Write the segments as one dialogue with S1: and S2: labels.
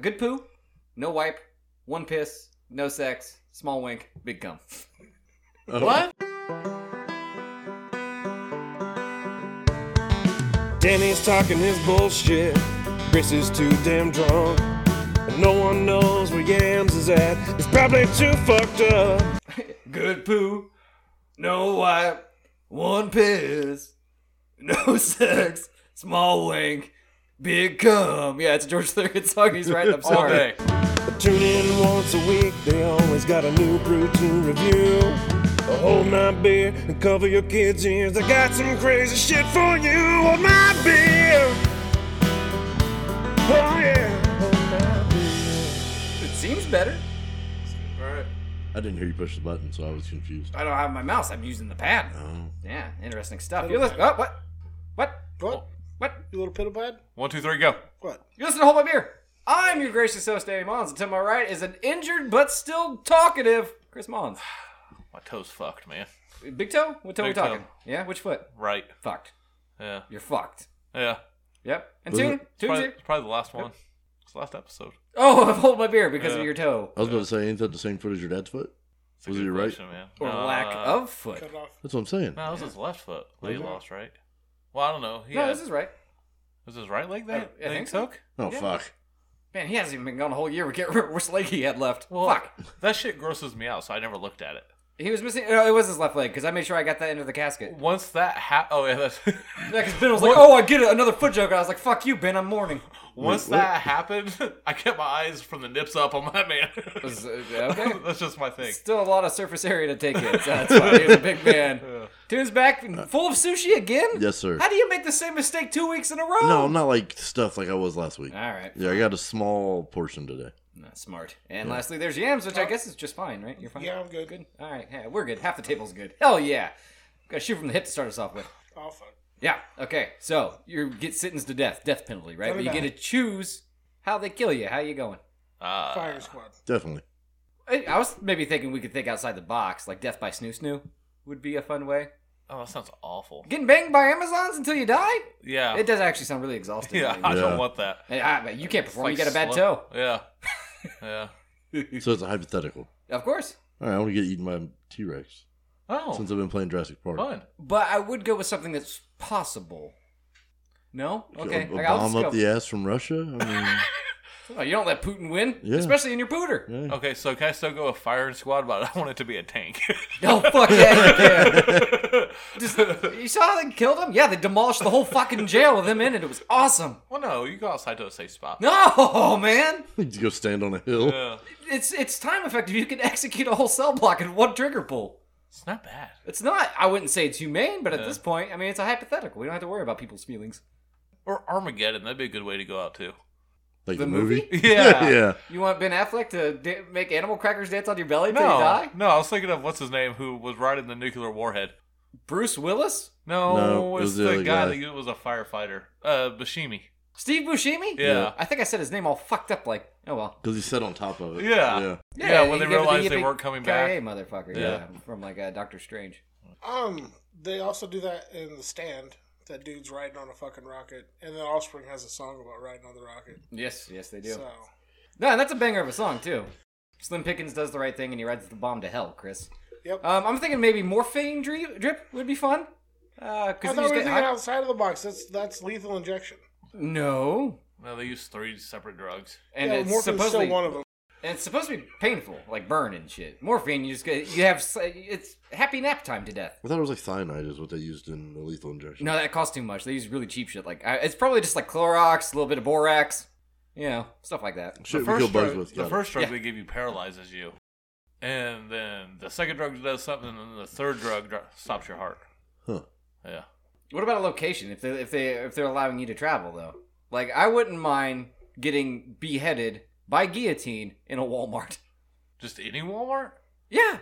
S1: Good poo, no wipe, one piss, no sex, small wink, big cum.
S2: What?
S3: Danny's talking his bullshit. Chris is too damn drunk. And no one knows where Yams is at. He's probably too fucked up.
S1: Good poo, no wipe, one piss, no sex, small wink, big cum. Yeah, it's a George Thurgood song. He's writing them all day.
S3: But tune in once a week. They always got a new brew to review. A whole nine beer and cover your kids' ears. I got some crazy shit for you. Hold my beer. Oh yeah. Hold my beer.
S1: It seems better.
S2: Alright.
S4: I didn't hear you push the button, so I was confused.
S1: I don't have my mouse. I'm using the pad.
S4: Oh.
S1: Yeah, interesting stuff. You listen. Oh, what? What?
S2: What?
S1: What?
S2: You little piddle pad?
S5: One, two, three, go.
S2: What?
S1: You listen to Hold My Beer. I'm your gracious host, Danny Mons, and to my right is an injured but still talkative Chris Mons.
S5: My toe's fucked, man.
S1: Big toe? What toe we
S5: Big toe.
S1: talking? Yeah, which foot?
S5: Right.
S1: Fucked.
S5: Yeah.
S1: You're fucked.
S5: Yeah.
S1: Yep. And
S4: Was
S1: tune,
S4: it-
S1: tune's
S5: Probably,
S1: here.
S5: it's probably the last one. It's the last episode.
S1: Oh, I've hold my beer because of
S5: Yeah.
S1: your toe
S4: I was about to say, ain't that the same foot as your dad's foot?
S5: It's a
S4: Was
S5: good
S4: he right?
S5: question, man.
S1: or
S5: Nah,
S1: lack of foot.
S2: Cut it off.
S4: That's what I'm saying.
S5: No, it was his left foot that he
S4: Was it?
S5: lost, right? Well, I don't know. He
S1: No,
S5: had-
S1: this is right.
S5: was his right leg
S1: I
S5: that
S1: think so.
S5: took?
S4: Oh
S1: Yeah.
S4: fuck!
S1: Man, he hasn't even been gone a whole year. We can't remember which leg he had left.
S5: Well,
S1: Fuck.
S5: That shit grosses me out, so I never looked at it.
S1: He was missing. No, it was his left leg because I made sure I got that into the casket.
S5: Once that happened, oh yeah, that's
S1: Yeah, because Ben was like, "Oh, I get it, another foot joke." And I was like, "Fuck you, Ben. I'm mourning."
S5: once
S4: Wait, what?
S5: that happened, I kept my eyes from the nips up on that man.
S1: It was, uh, okay.
S5: that's just my thing.
S1: Still a lot of surface area to take in. So that's why he's a big man.
S5: Yeah.
S1: Tune's back, full of sushi again.
S4: Yes, sir.
S1: How do you make the same mistake two weeks in a row?
S4: No, I'm not like stuff like I was last
S5: Ah.
S4: week.
S1: All right.
S4: Yeah, I got a small portion today.
S1: Not smart. And lastly, there's yams, which I guess is just fine, right? You're fine.
S2: Yeah, I'm good.
S1: Good. All right. Yeah, we're good. Half the table's good. Hell yeah. Got to shoot from the hip to start us off with.
S2: Oh, fuck.
S1: Yeah. Okay. So you get sentenced to death, death penalty, right?
S2: Tell
S1: But
S2: me
S1: you get
S2: about
S1: to choose how they kill you. How you going?
S5: Uh,
S2: Firing squad.
S4: Definitely.
S1: I I was maybe thinking we could think outside the box, like death by snoo snoo would be a fun way.
S5: oh, that sounds awful.
S1: Getting banged by Amazons until you die?
S5: Yeah,
S1: It does actually sound really exhausting.
S5: Oh. yeah, I
S4: Yeah.
S5: don't want that.
S1: Hey, I- but you can't
S5: It's
S1: perform.
S5: like
S1: you got a bad
S5: slow- Yeah, yeah.
S1: toe.
S4: So it's a hypothetical.
S1: of course.
S4: All right, I want to get eaten by a T-Rex
S5: Oh,
S4: since I've been playing Jurassic Park.
S5: fun.
S1: But I would go with something that's possible. No? Okay.
S4: A, a
S1: I- I'll just
S4: bomb up
S1: go.
S4: the ass from Russia. I
S1: Oh, you don't let Putin win,
S4: Yeah.
S1: especially in your pooter.
S4: mean, yeah.
S5: Okay, so can I still go with firing squad? But I want it to be a tank.
S1: No, Oh, fuck yeah, you can. Just, you saw how they killed him? Yeah, they demolished the whole fucking jail with him in it. It was awesome.
S5: well, no, you go outside to a safe spot.
S1: No, man.
S4: Just go stand on a hill.
S5: Yeah.
S1: It's it's time effective. You can execute a whole cell block in one trigger pull.
S5: it's not bad.
S1: It's not, I wouldn't say it's humane, but at this point, I mean, it's a hypothetical. We don't have to worry about people's feelings.
S5: Or Armageddon, that'd be a good way to go out too.
S4: Like
S1: The
S4: the, movie.
S1: movie?
S5: Yeah.
S4: yeah.
S1: You want Ben Affleck to da- make animal crackers dance on your belly till you
S5: No,
S1: die?
S5: no, I was thinking of what's his name who was riding the nuclear warhead.
S1: Bruce Willis?
S5: No,
S4: No, it
S5: it's
S4: was the
S5: the,
S4: other
S5: guy,
S4: guy.
S5: that was a firefighter. Uh, Bashimi.
S1: Steve Buscemi?
S5: Yeah.
S1: I think I said his name all fucked up. Like, oh well.
S4: Because he sat on top of it.
S5: Yeah.
S4: Yeah.
S5: Yeah, when
S1: he gave
S5: they
S1: it the
S5: realized they
S1: yippee-
S5: weren't coming
S1: ki-yay
S5: back.
S1: motherfucker. Yeah,
S5: Yeah.
S1: from like uh, Doctor Strange.
S2: Um, they also do that in the stand. That dude's riding on a fucking rocket, and then Offspring has a song about riding on the rocket.
S1: Yes, yes, they do.
S2: So
S1: No, and that's a banger of a song too. Slim Pickens does the right thing and he rides the bomb to hell, Chris.
S2: Yep.
S1: Um, I'm thinking maybe morphine drip, drip would be fun. Uh,
S2: I
S1: cause
S2: thought we
S1: he's
S2: were
S1: get
S2: thinking
S1: hot.
S2: outside of the box. That's that's lethal injection.
S1: No,
S5: No, they use three separate drugs.
S1: and
S2: yeah,
S1: it's
S2: morphine's
S1: supposedly
S2: still one of them.
S1: and it's supposed to be painful, like burn and shit. Morphine, you just get you have s- it's happy nap time to death.
S4: I thought it was like cyanide is what they used in the lethal injection.
S1: No, that costs too much. They use really cheap shit. Like I, it's probably just like Clorox, a little bit of borax, you know, stuff like that.
S4: Shit, we
S5: first
S4: kill bugs
S5: drug-
S4: with.
S5: the
S4: got it.
S5: first drug
S1: Yeah.
S5: they give you paralyzes you, and then the second drug does something, and then the third drug dr- stops your heart.
S4: Huh.
S5: Yeah.
S1: What about a location? If they if they if they're allowing you to travel though, like I wouldn't mind getting beheaded by guillotine in a Walmart.
S5: Just any Walmart?
S1: Yeah.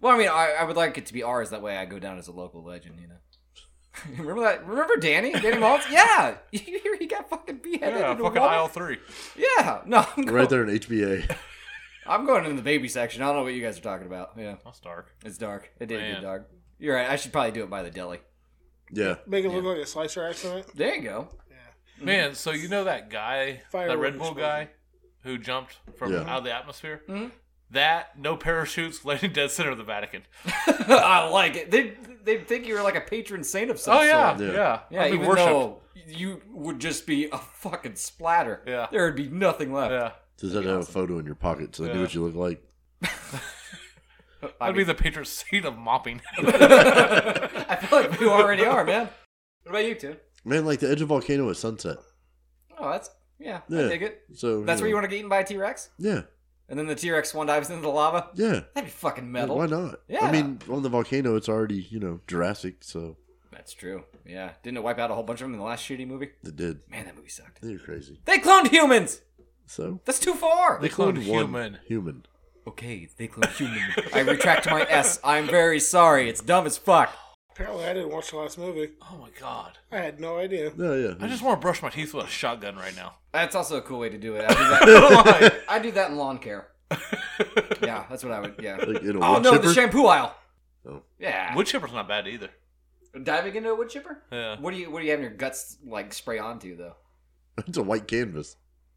S1: Well, I mean, I, I would like it to be ours. That way, I go down as a local legend. You know. remember that? Remember Danny? Danny Maltz? Yeah. he got fucking beheaded.
S5: Yeah,
S1: in a
S5: fucking
S1: Walmart.
S5: aisle three.
S1: Yeah. No, I'm going,
S4: Right there in HBA.
S1: I'm going in the baby section. I don't know what you guys are talking about. Yeah.
S5: That's dark.
S1: It's dark. It did get
S5: Man.
S1: dark. You're right. I should probably do it by the deli.
S4: Yeah.
S2: Make it look like a slicer accident.
S1: There you go.
S2: Yeah.
S1: Mm-hmm.
S5: Man, so you know that guy,
S2: Firework
S5: that Red Bull
S2: explosion.
S5: guy, who jumped from
S4: Yeah.
S5: out of the atmosphere.
S1: Mm-hmm.
S5: That no parachutes, laying dead center of the Vatican.
S1: I like it. They they think you're like a patron saint of some
S5: Oh yeah,
S1: sort.
S4: Yeah.
S5: yeah,
S1: Yeah,
S5: I've been
S1: even
S5: worshipped.
S1: though you would just be a fucking splatter.
S5: Yeah.
S1: There would be nothing left.
S5: yeah,
S4: Does that have a photo in your pocket so they knew
S5: Yeah.
S4: what you look like?
S5: I'd be the patron saint of mopping.
S1: I feel like you already are, man. What about you, Tim?
S4: Man, like the edge of a volcano at sunset.
S1: Oh, that's yeah. I
S4: Yeah.
S1: dig it.
S4: So
S1: That's where you want to get eaten by a T Rex,
S4: Yeah,
S1: and then the T Rex one dives into the lava.
S4: yeah.
S1: That'd be fucking
S4: Well,
S1: metal.
S4: Why not?
S1: Yeah.
S4: I mean, on the volcano, it's already you know Jurassic, so
S1: That's true. Yeah. Didn't it wipe out a whole bunch of them in the last shitty movie?
S4: it did.
S1: Man, that movie sucked.
S4: You're crazy.
S1: They cloned humans.
S4: So
S1: That's too far.
S5: They cloned
S4: one
S5: human.
S4: Human.
S1: okay, they cloned human. I retract my S. I'm very sorry. It's dumb as fuck.
S2: Apparently, I didn't watch the last movie.
S5: Oh my god!
S2: I had no idea.
S4: No, yeah.
S5: I just want to brush my teeth with a shotgun right now.
S1: That's also a cool way to do it. I do that, I do that in lawn care. Yeah, that's what I would. Yeah.
S4: like in a
S1: Oh
S4: wood
S1: no, the
S4: chipper?
S1: shampoo aisle.
S4: Oh.
S1: Yeah.
S5: Wood chipper's not bad either.
S1: Diving into a wood chipper.
S5: Yeah.
S1: What do you What do you have in your guts like spray onto though?
S4: It's a white canvas.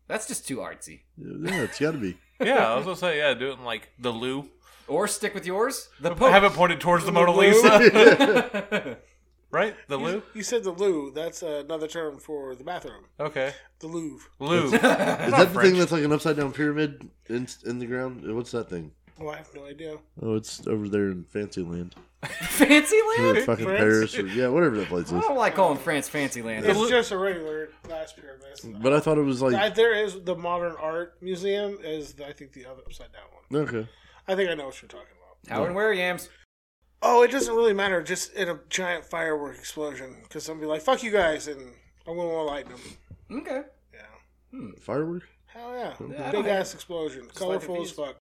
S1: That's just too artsy.
S4: Yeah, it's got to be.
S5: Yeah, I was gonna say yeah, do it in like the loo.
S1: Or stick with yours. The Pope.
S5: Have it pointed towards the Mona
S2: loo?
S5: Lisa, right? The loo.
S2: You said the loo. That's another term for the bathroom.
S5: Okay,
S2: The Louvre.
S5: loo.
S4: Is that the thing that's like an upside down pyramid in in the ground? Uh, What's that thing?
S2: Oh, I have no idea.
S4: Oh, it's over there in Fancyland. Or
S1: Fancyland.
S4: fucking
S2: France?
S4: Paris, or yeah, whatever that place
S1: I
S4: is.
S1: don't like calling France Fancyland.
S2: It's
S5: Lou-
S2: just a regular glass pyramid. It's not-
S4: But I thought it was
S2: I,
S4: like
S2: there is the modern art museum is I think the other upside down one.
S4: okay.
S2: I think I know what you're talking about.
S1: Howard and wear yams.
S2: Oh, it doesn't really matter. Just in a giant firework explosion, because somebody like fuck you guys, and I'm gonna want to lighten them.
S1: Okay.
S2: Yeah,
S4: Firework.
S2: hell yeah,
S1: I don't
S2: big ass explosion, colorful
S1: the
S2: as
S1: bees.
S2: fuck.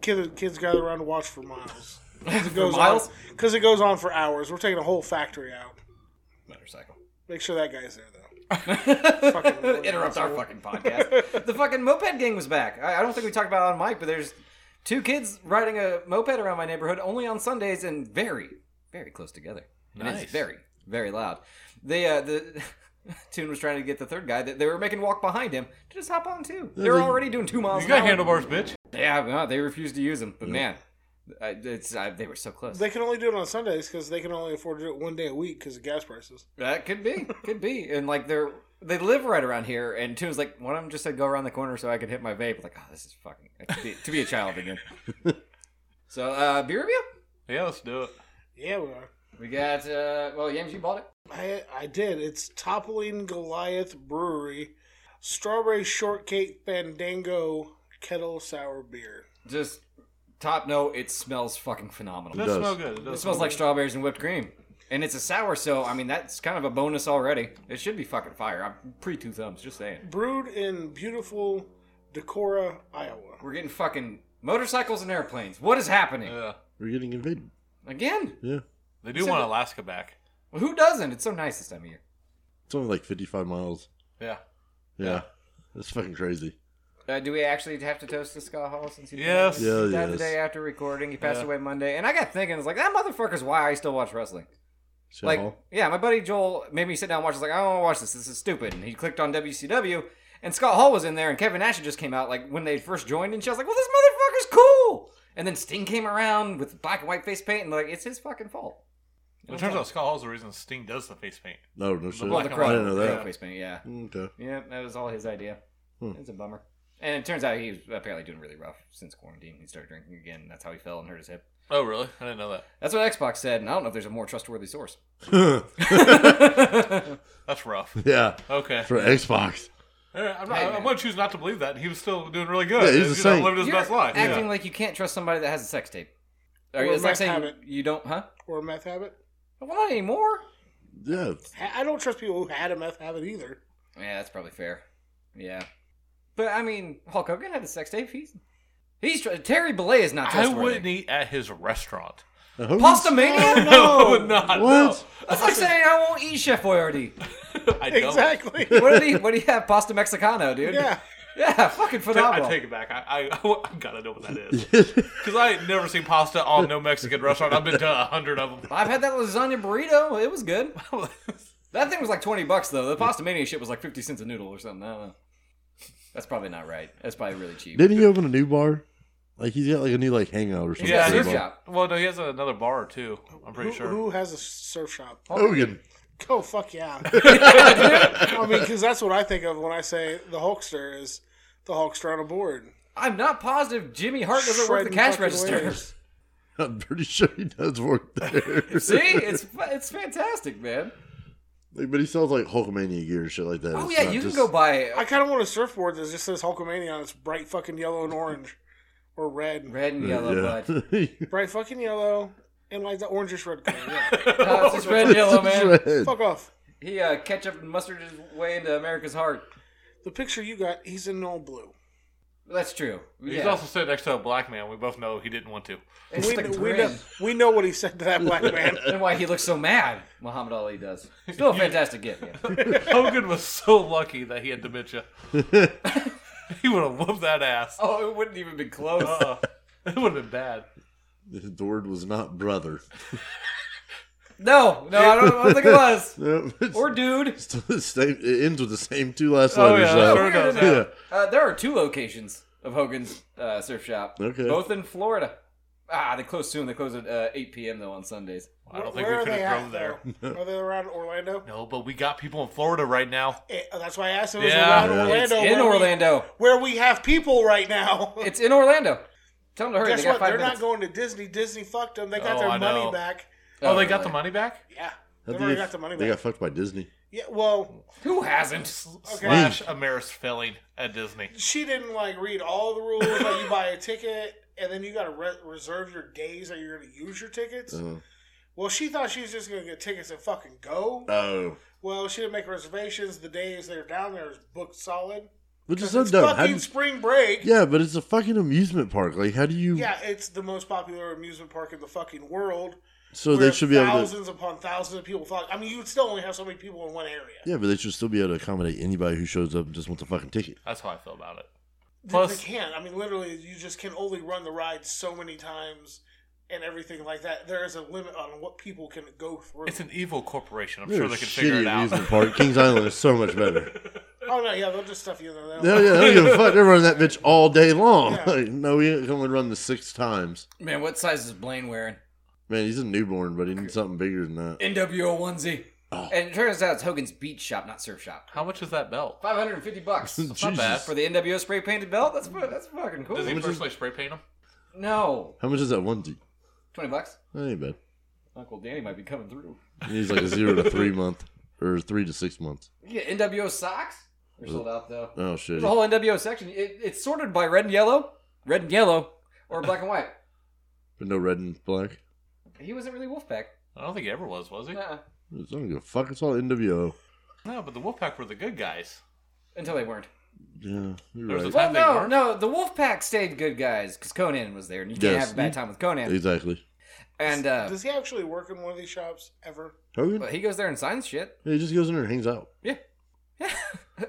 S2: Kids, kids gather around to watch for miles.
S1: It
S2: Goes
S1: miles.
S2: because it goes on for hours. We're taking a whole factory out.
S1: Motorcycle.
S2: Make sure that guy's there though. Fucking-
S1: Interrupt our fucking podcast. the fucking moped gang was back. I, I don't think we talked about it on mic, but there's two kids riding a moped around my neighborhood only on Sundays and very, very close together. And it's
S5: Nice.
S1: very, very loud. They uh the Toon was trying to get the third guy that they were making walk behind him to just hop on too. They were
S4: they-
S1: already doing two miles.
S5: You
S1: an
S5: got
S1: hour.
S5: handlebars, bitch.
S1: Yeah, no, they refused to use them. But man, I, it's I, they were so close.
S2: They can only do it on Sundays because they can only afford to do it one day a week because of gas prices.
S1: That could be, could be, and like they're they live right around here. And Toon's like, one of them just said go around the corner so I could hit my vape. Like, oh, this is fucking to be, to be a child again. so uh, beer review.
S5: Yeah, let's do it.
S2: Yeah, we are.
S1: We got uh, well, James, you bought it.
S2: I I did. It's Toppling Goliath Brewery, strawberry shortcake fandango kettle sour beer.
S1: Just top note, it smells fucking phenomenal.
S5: It does
S4: does.
S5: smell good. It
S1: It
S5: does.
S1: smells like strawberries and whipped cream. And it's a sour, so I mean that's kind of a bonus already. It should be fucking fire. I'm pre two thumbs, just saying.
S2: Brewed in beautiful Decorah, Iowa.
S1: We're getting fucking motorcycles and airplanes. What is happening
S5: Yeah,
S4: We're getting invaded.
S1: again?
S4: Yeah,
S5: they do want Alaska back.
S1: Well, who doesn't? It's so nice this time of year.
S4: it's only like fifty five miles.
S5: Yeah.
S4: Yeah.
S5: Yeah.
S4: that's fucking crazy.
S1: Uh, do we actually have to toast to Scott Hall since he
S5: Yes.
S1: he
S4: Yeah,
S1: died the
S4: yes.
S1: day after recording? He passed
S5: Yeah.
S1: away Monday, and I got thinking, it's like that motherfucker's why I still watch wrestling.
S4: Shit
S1: like,
S4: hall.
S1: yeah, my buddy Joel made me sit down and watch. I was like, I don't want to watch this. This is stupid. And he clicked on WCW, and Scott Hall was in there, and Kevin Nash had just came out like when they first joined, and she was like, well, this motherfucker's cool. And then Sting came around with black and white face paint, and like it's his fucking fault.
S5: It turns out Scott Hall's the reason Sting does the face paint.
S4: no, no shit.
S5: Black
S1: the
S5: and
S1: Crow.
S4: I didn't know
S1: The Crow
S4: that.
S1: face paint, yeah.
S4: Okay.
S1: Yeah, that was all his idea.
S4: Hmm.
S1: It's a bummer. And it turns out he was apparently doing really rough since quarantine. He started drinking again. and That's how he fell and hurt his hip.
S5: Oh, really? I didn't know that.
S1: That's what Xbox said, and I don't know if there's a more trustworthy source.
S5: That's rough.
S4: yeah,
S5: Okay.
S4: for Xbox.
S5: All right, I'm, not,
S1: Hey,
S5: I'm
S1: man.
S5: gonna choose not to believe that. He was still doing really good.
S4: Yeah, he was
S5: He's,
S4: the
S5: you know,
S4: same.
S5: living his
S1: You're
S5: best life.
S1: acting
S5: Yeah.
S1: like you can't trust somebody that has a sex tape. Or
S2: Or
S1: it's like
S2: must
S1: saying
S2: have
S1: you,
S2: it.
S1: you don't, huh?
S2: Or a meth habit.
S1: Well, not anymore.
S4: Yeah,
S2: Ha- I don't trust people who had a meth habit either.
S1: Yeah, that's probably fair. Yeah, but I mean, Hulk Hogan had a sex tape. He's he's tr- Terry Belay is not
S5: I
S1: trustworthy.
S5: wouldn't eat at his restaurant.
S4: I hope
S1: Pasta mania?
S5: No, I would not.
S4: What?
S1: That's like saying I won't eat Chef Boyardee.
S5: No. I don't.
S2: Exactly.
S1: What did he? What do you have? Pasta Mexicano, dude.
S2: yeah.
S1: Yeah, fucking
S5: I
S1: phenomenal.
S5: take it back. I, I, I gotta know what that is because I ain't never seen pasta on no Mexican restaurant. I've been to a hundred of them.
S1: I've had that lasagna burrito. It was good. That thing was like twenty bucks though. The pasta mania shit was like fifty cents a noodle or something. I don't know. That's probably not right. That's probably really cheap.
S4: Didn't he open a new bar? Like he's got like a new like hangout or something.
S5: Yeah,
S4: for a
S5: he's
S4: bar.
S1: got-
S5: Well, no, he has another bar too. I'm pretty
S2: Who,
S5: sure.
S2: who has a surf shop?
S4: Hogan.
S2: Oh fuck yeah! I mean, because that's what I think of when I say the Hulkster is the Hulkster on a board.
S1: I'm not positive Jimmy Hart doesn't work the
S2: Shredding
S1: cash
S2: fucking
S1: register.
S2: wares.
S4: I'm pretty sure he does work there.
S1: See, it's it's fantastic, man.
S4: Like, but he sells like Hulkamania gear and shit like that.
S1: Oh
S4: It's
S1: yeah,
S4: not
S1: you
S4: just-
S1: can go buy
S2: I kind of want a surfboard that just says Hulkamania on it. It's bright fucking yellow and orange, or red.
S1: red and yellow, but
S4: yeah.
S2: Bright fucking yellow and like the orangish red color. Yeah.
S1: no, it's just red and yellow, man.
S4: It's red.
S2: Fuck off.
S1: He uh, ketchup and mustard his way into America's heart.
S2: The picture you got, he's in all blue.
S1: That's true.
S5: He's
S1: Yeah.
S5: also sitting next to a black man. We both know he didn't want to.
S1: It's
S2: we,
S1: the
S2: kn- we,
S1: grin.
S2: know, we know what he said to that black man.
S1: and why he looks so mad. Muhammad Ali does. Still a fantastic gift. man.
S5: Hogan was so lucky that he had dementia. he would have whooped that ass.
S1: Oh, it wouldn't even be close.
S2: Oh.
S5: Uh, it would have been bad.
S4: The word was not brother.
S1: No, no, I don't, I don't think it was.
S4: No, it's
S1: Or dude.
S4: still the same. It ends with the same two last
S5: Oh,
S4: letters.
S5: yeah,
S4: so-
S5: sure does.
S4: yeah.
S1: Uh, there are two locations of Hogan's uh, surf shop.
S4: Okay.
S1: Both in Florida. Ah, they close soon. They close at uh, 8 p.m. though on Sundays.
S5: I
S2: Where
S5: don't think we
S2: are
S5: could
S2: they
S5: have
S2: at,
S5: drove there.
S2: though? Are they around Orlando?
S5: No, but we got people in Florida right now.
S2: Eh, that's why I asked if it was
S5: Yeah.
S2: around
S4: Yeah.
S1: It's
S2: Orlando.
S1: in
S2: where we-
S1: Orlando.
S2: where we have people right now.
S1: It's in Orlando. Tell them to hurry.
S2: Guess
S1: they got
S2: what?
S1: 5
S2: They're
S1: minutes.
S2: not going to Disney. Disney fucked them. They got
S5: Oh,
S2: their
S5: I
S2: money
S5: know.
S2: back.
S5: Oh, they got the money back?
S2: Yeah.
S4: How
S2: They've
S4: do
S2: already
S4: they-
S2: got the money
S4: They
S2: back.
S4: got fucked by Disney.
S2: Yeah, well,
S1: Who hasn't?
S5: Slash Amaris Filling at Disney.
S2: she didn't like read all the rules. like you buy a ticket and then you got to re- reserve your days that you're going to use your tickets.
S4: Uh,
S2: Well, she thought she was just going to get tickets and fucking go.
S4: oh,
S2: Well, she didn't make reservations. The days they were down there is booked solid.
S4: which is so
S2: It's
S4: dumb. How
S2: fucking
S4: do you-
S2: spring break.
S4: yeah, but it's a fucking amusement park. Like, how do you?
S2: Yeah, it's the most popular amusement park in the fucking world.
S4: so
S2: where
S4: they should be able to.
S2: thousands upon thousands of people flock. I mean, you would still only have so many people in one area.
S4: Yeah, but they should still be able to accommodate anybody who shows up and just wants a fucking ticket.
S5: That's how I feel about it.
S2: They-
S5: Plus-
S2: they can't. I mean, literally, you just can only run the ride so many times and everything like that. There is a limit on what people can go through.
S5: It's an evil corporation. I'm
S4: They're
S5: sure
S4: a
S5: they can
S4: shitty
S5: figure it out.
S4: amusement park. Kings Island is so much better.
S2: oh no, yeah, they'll just stuff you in there.
S4: No,
S2: They'll-
S4: yeah, they don't give a fuck. They're running that bitch all day long.
S2: Yeah.
S4: Like, no, we can only run the six times.
S1: Man, what size is Blaine wearing?
S4: Man, he's a newborn, but he needs something bigger than that.
S1: NWO onesie.
S4: Ah.
S1: And it turns out it's Hogan's Beach Shop, not Surf Shop.
S5: How much is that belt?
S1: 550 bucks
S5: It's not bad.
S1: for the NWO spray painted belt. That's fu- that's fucking cool.
S5: Does he
S4: much is-
S5: personally spray paint them?
S1: No,
S4: How much is that onesie?
S1: 20 bucks.
S4: That ain't bad.
S1: Uncle Danny might be coming through.
S4: He needs like a zero to three month or three to six months.
S1: You get NWO socks. They're sold out though.
S4: Oh shit.
S1: There's a whole NWO section. It, it's sorted by red and yellow, red and yellow, or black and white.
S4: But no red and black.
S1: He wasn't really Wolfpack.
S5: I don't think he ever was, was he?
S1: Uh-uh.
S4: I don't give a fuck. It's all NWO.
S5: No, but the Wolfpack were the good guys.
S1: Until
S5: Until
S1: they weren't.
S4: Yeah, you're
S5: There's
S4: right.
S5: a-
S1: Well,
S5: Time they
S1: no,
S5: weren't?
S1: no. The Wolfpack stayed good guys because Conan was there, and you can't
S4: Yes.
S1: have a bad time with Conan.
S4: exactly.
S1: And uh,
S2: Does he actually work in one of these shops ever?
S4: Hogan?
S1: but he goes there and signs shit.
S4: Yeah, he just goes in there and hangs out.
S1: Yeah.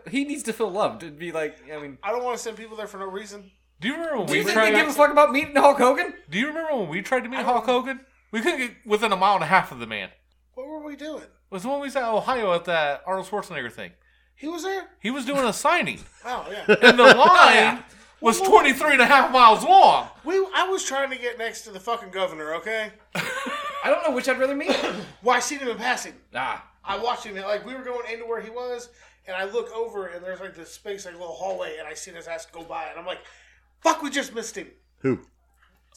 S1: he needs to feel loved. It'd be like, I mean,
S2: I don't want to send people there for no reason.
S5: Do you remember when
S1: do you
S5: we
S1: think they
S5: tried?
S1: give a fuck about meeting Hulk Hogan?
S5: Do you remember when we tried to meet Hulk Hogan? We couldn't get within a mile and a half of the man.
S2: What were we doing?
S5: It was when we was at Ohio at that Arnold Schwarzenegger thing.
S2: He was there.
S5: He was doing a signing,
S2: Oh yeah.
S5: and the line was 23 and a half miles long.
S2: we. I was trying to get next to the fucking governor. Okay.
S1: I don't know which I'd rather meet.
S2: Well, I seen him in passing.
S1: ah,
S2: I watched him. Like we were going into where he was, and I look over, and there's like this space, like a little hallway, and I seen his ass go by, and I'm like, "Fuck, we just missed him."
S4: Who?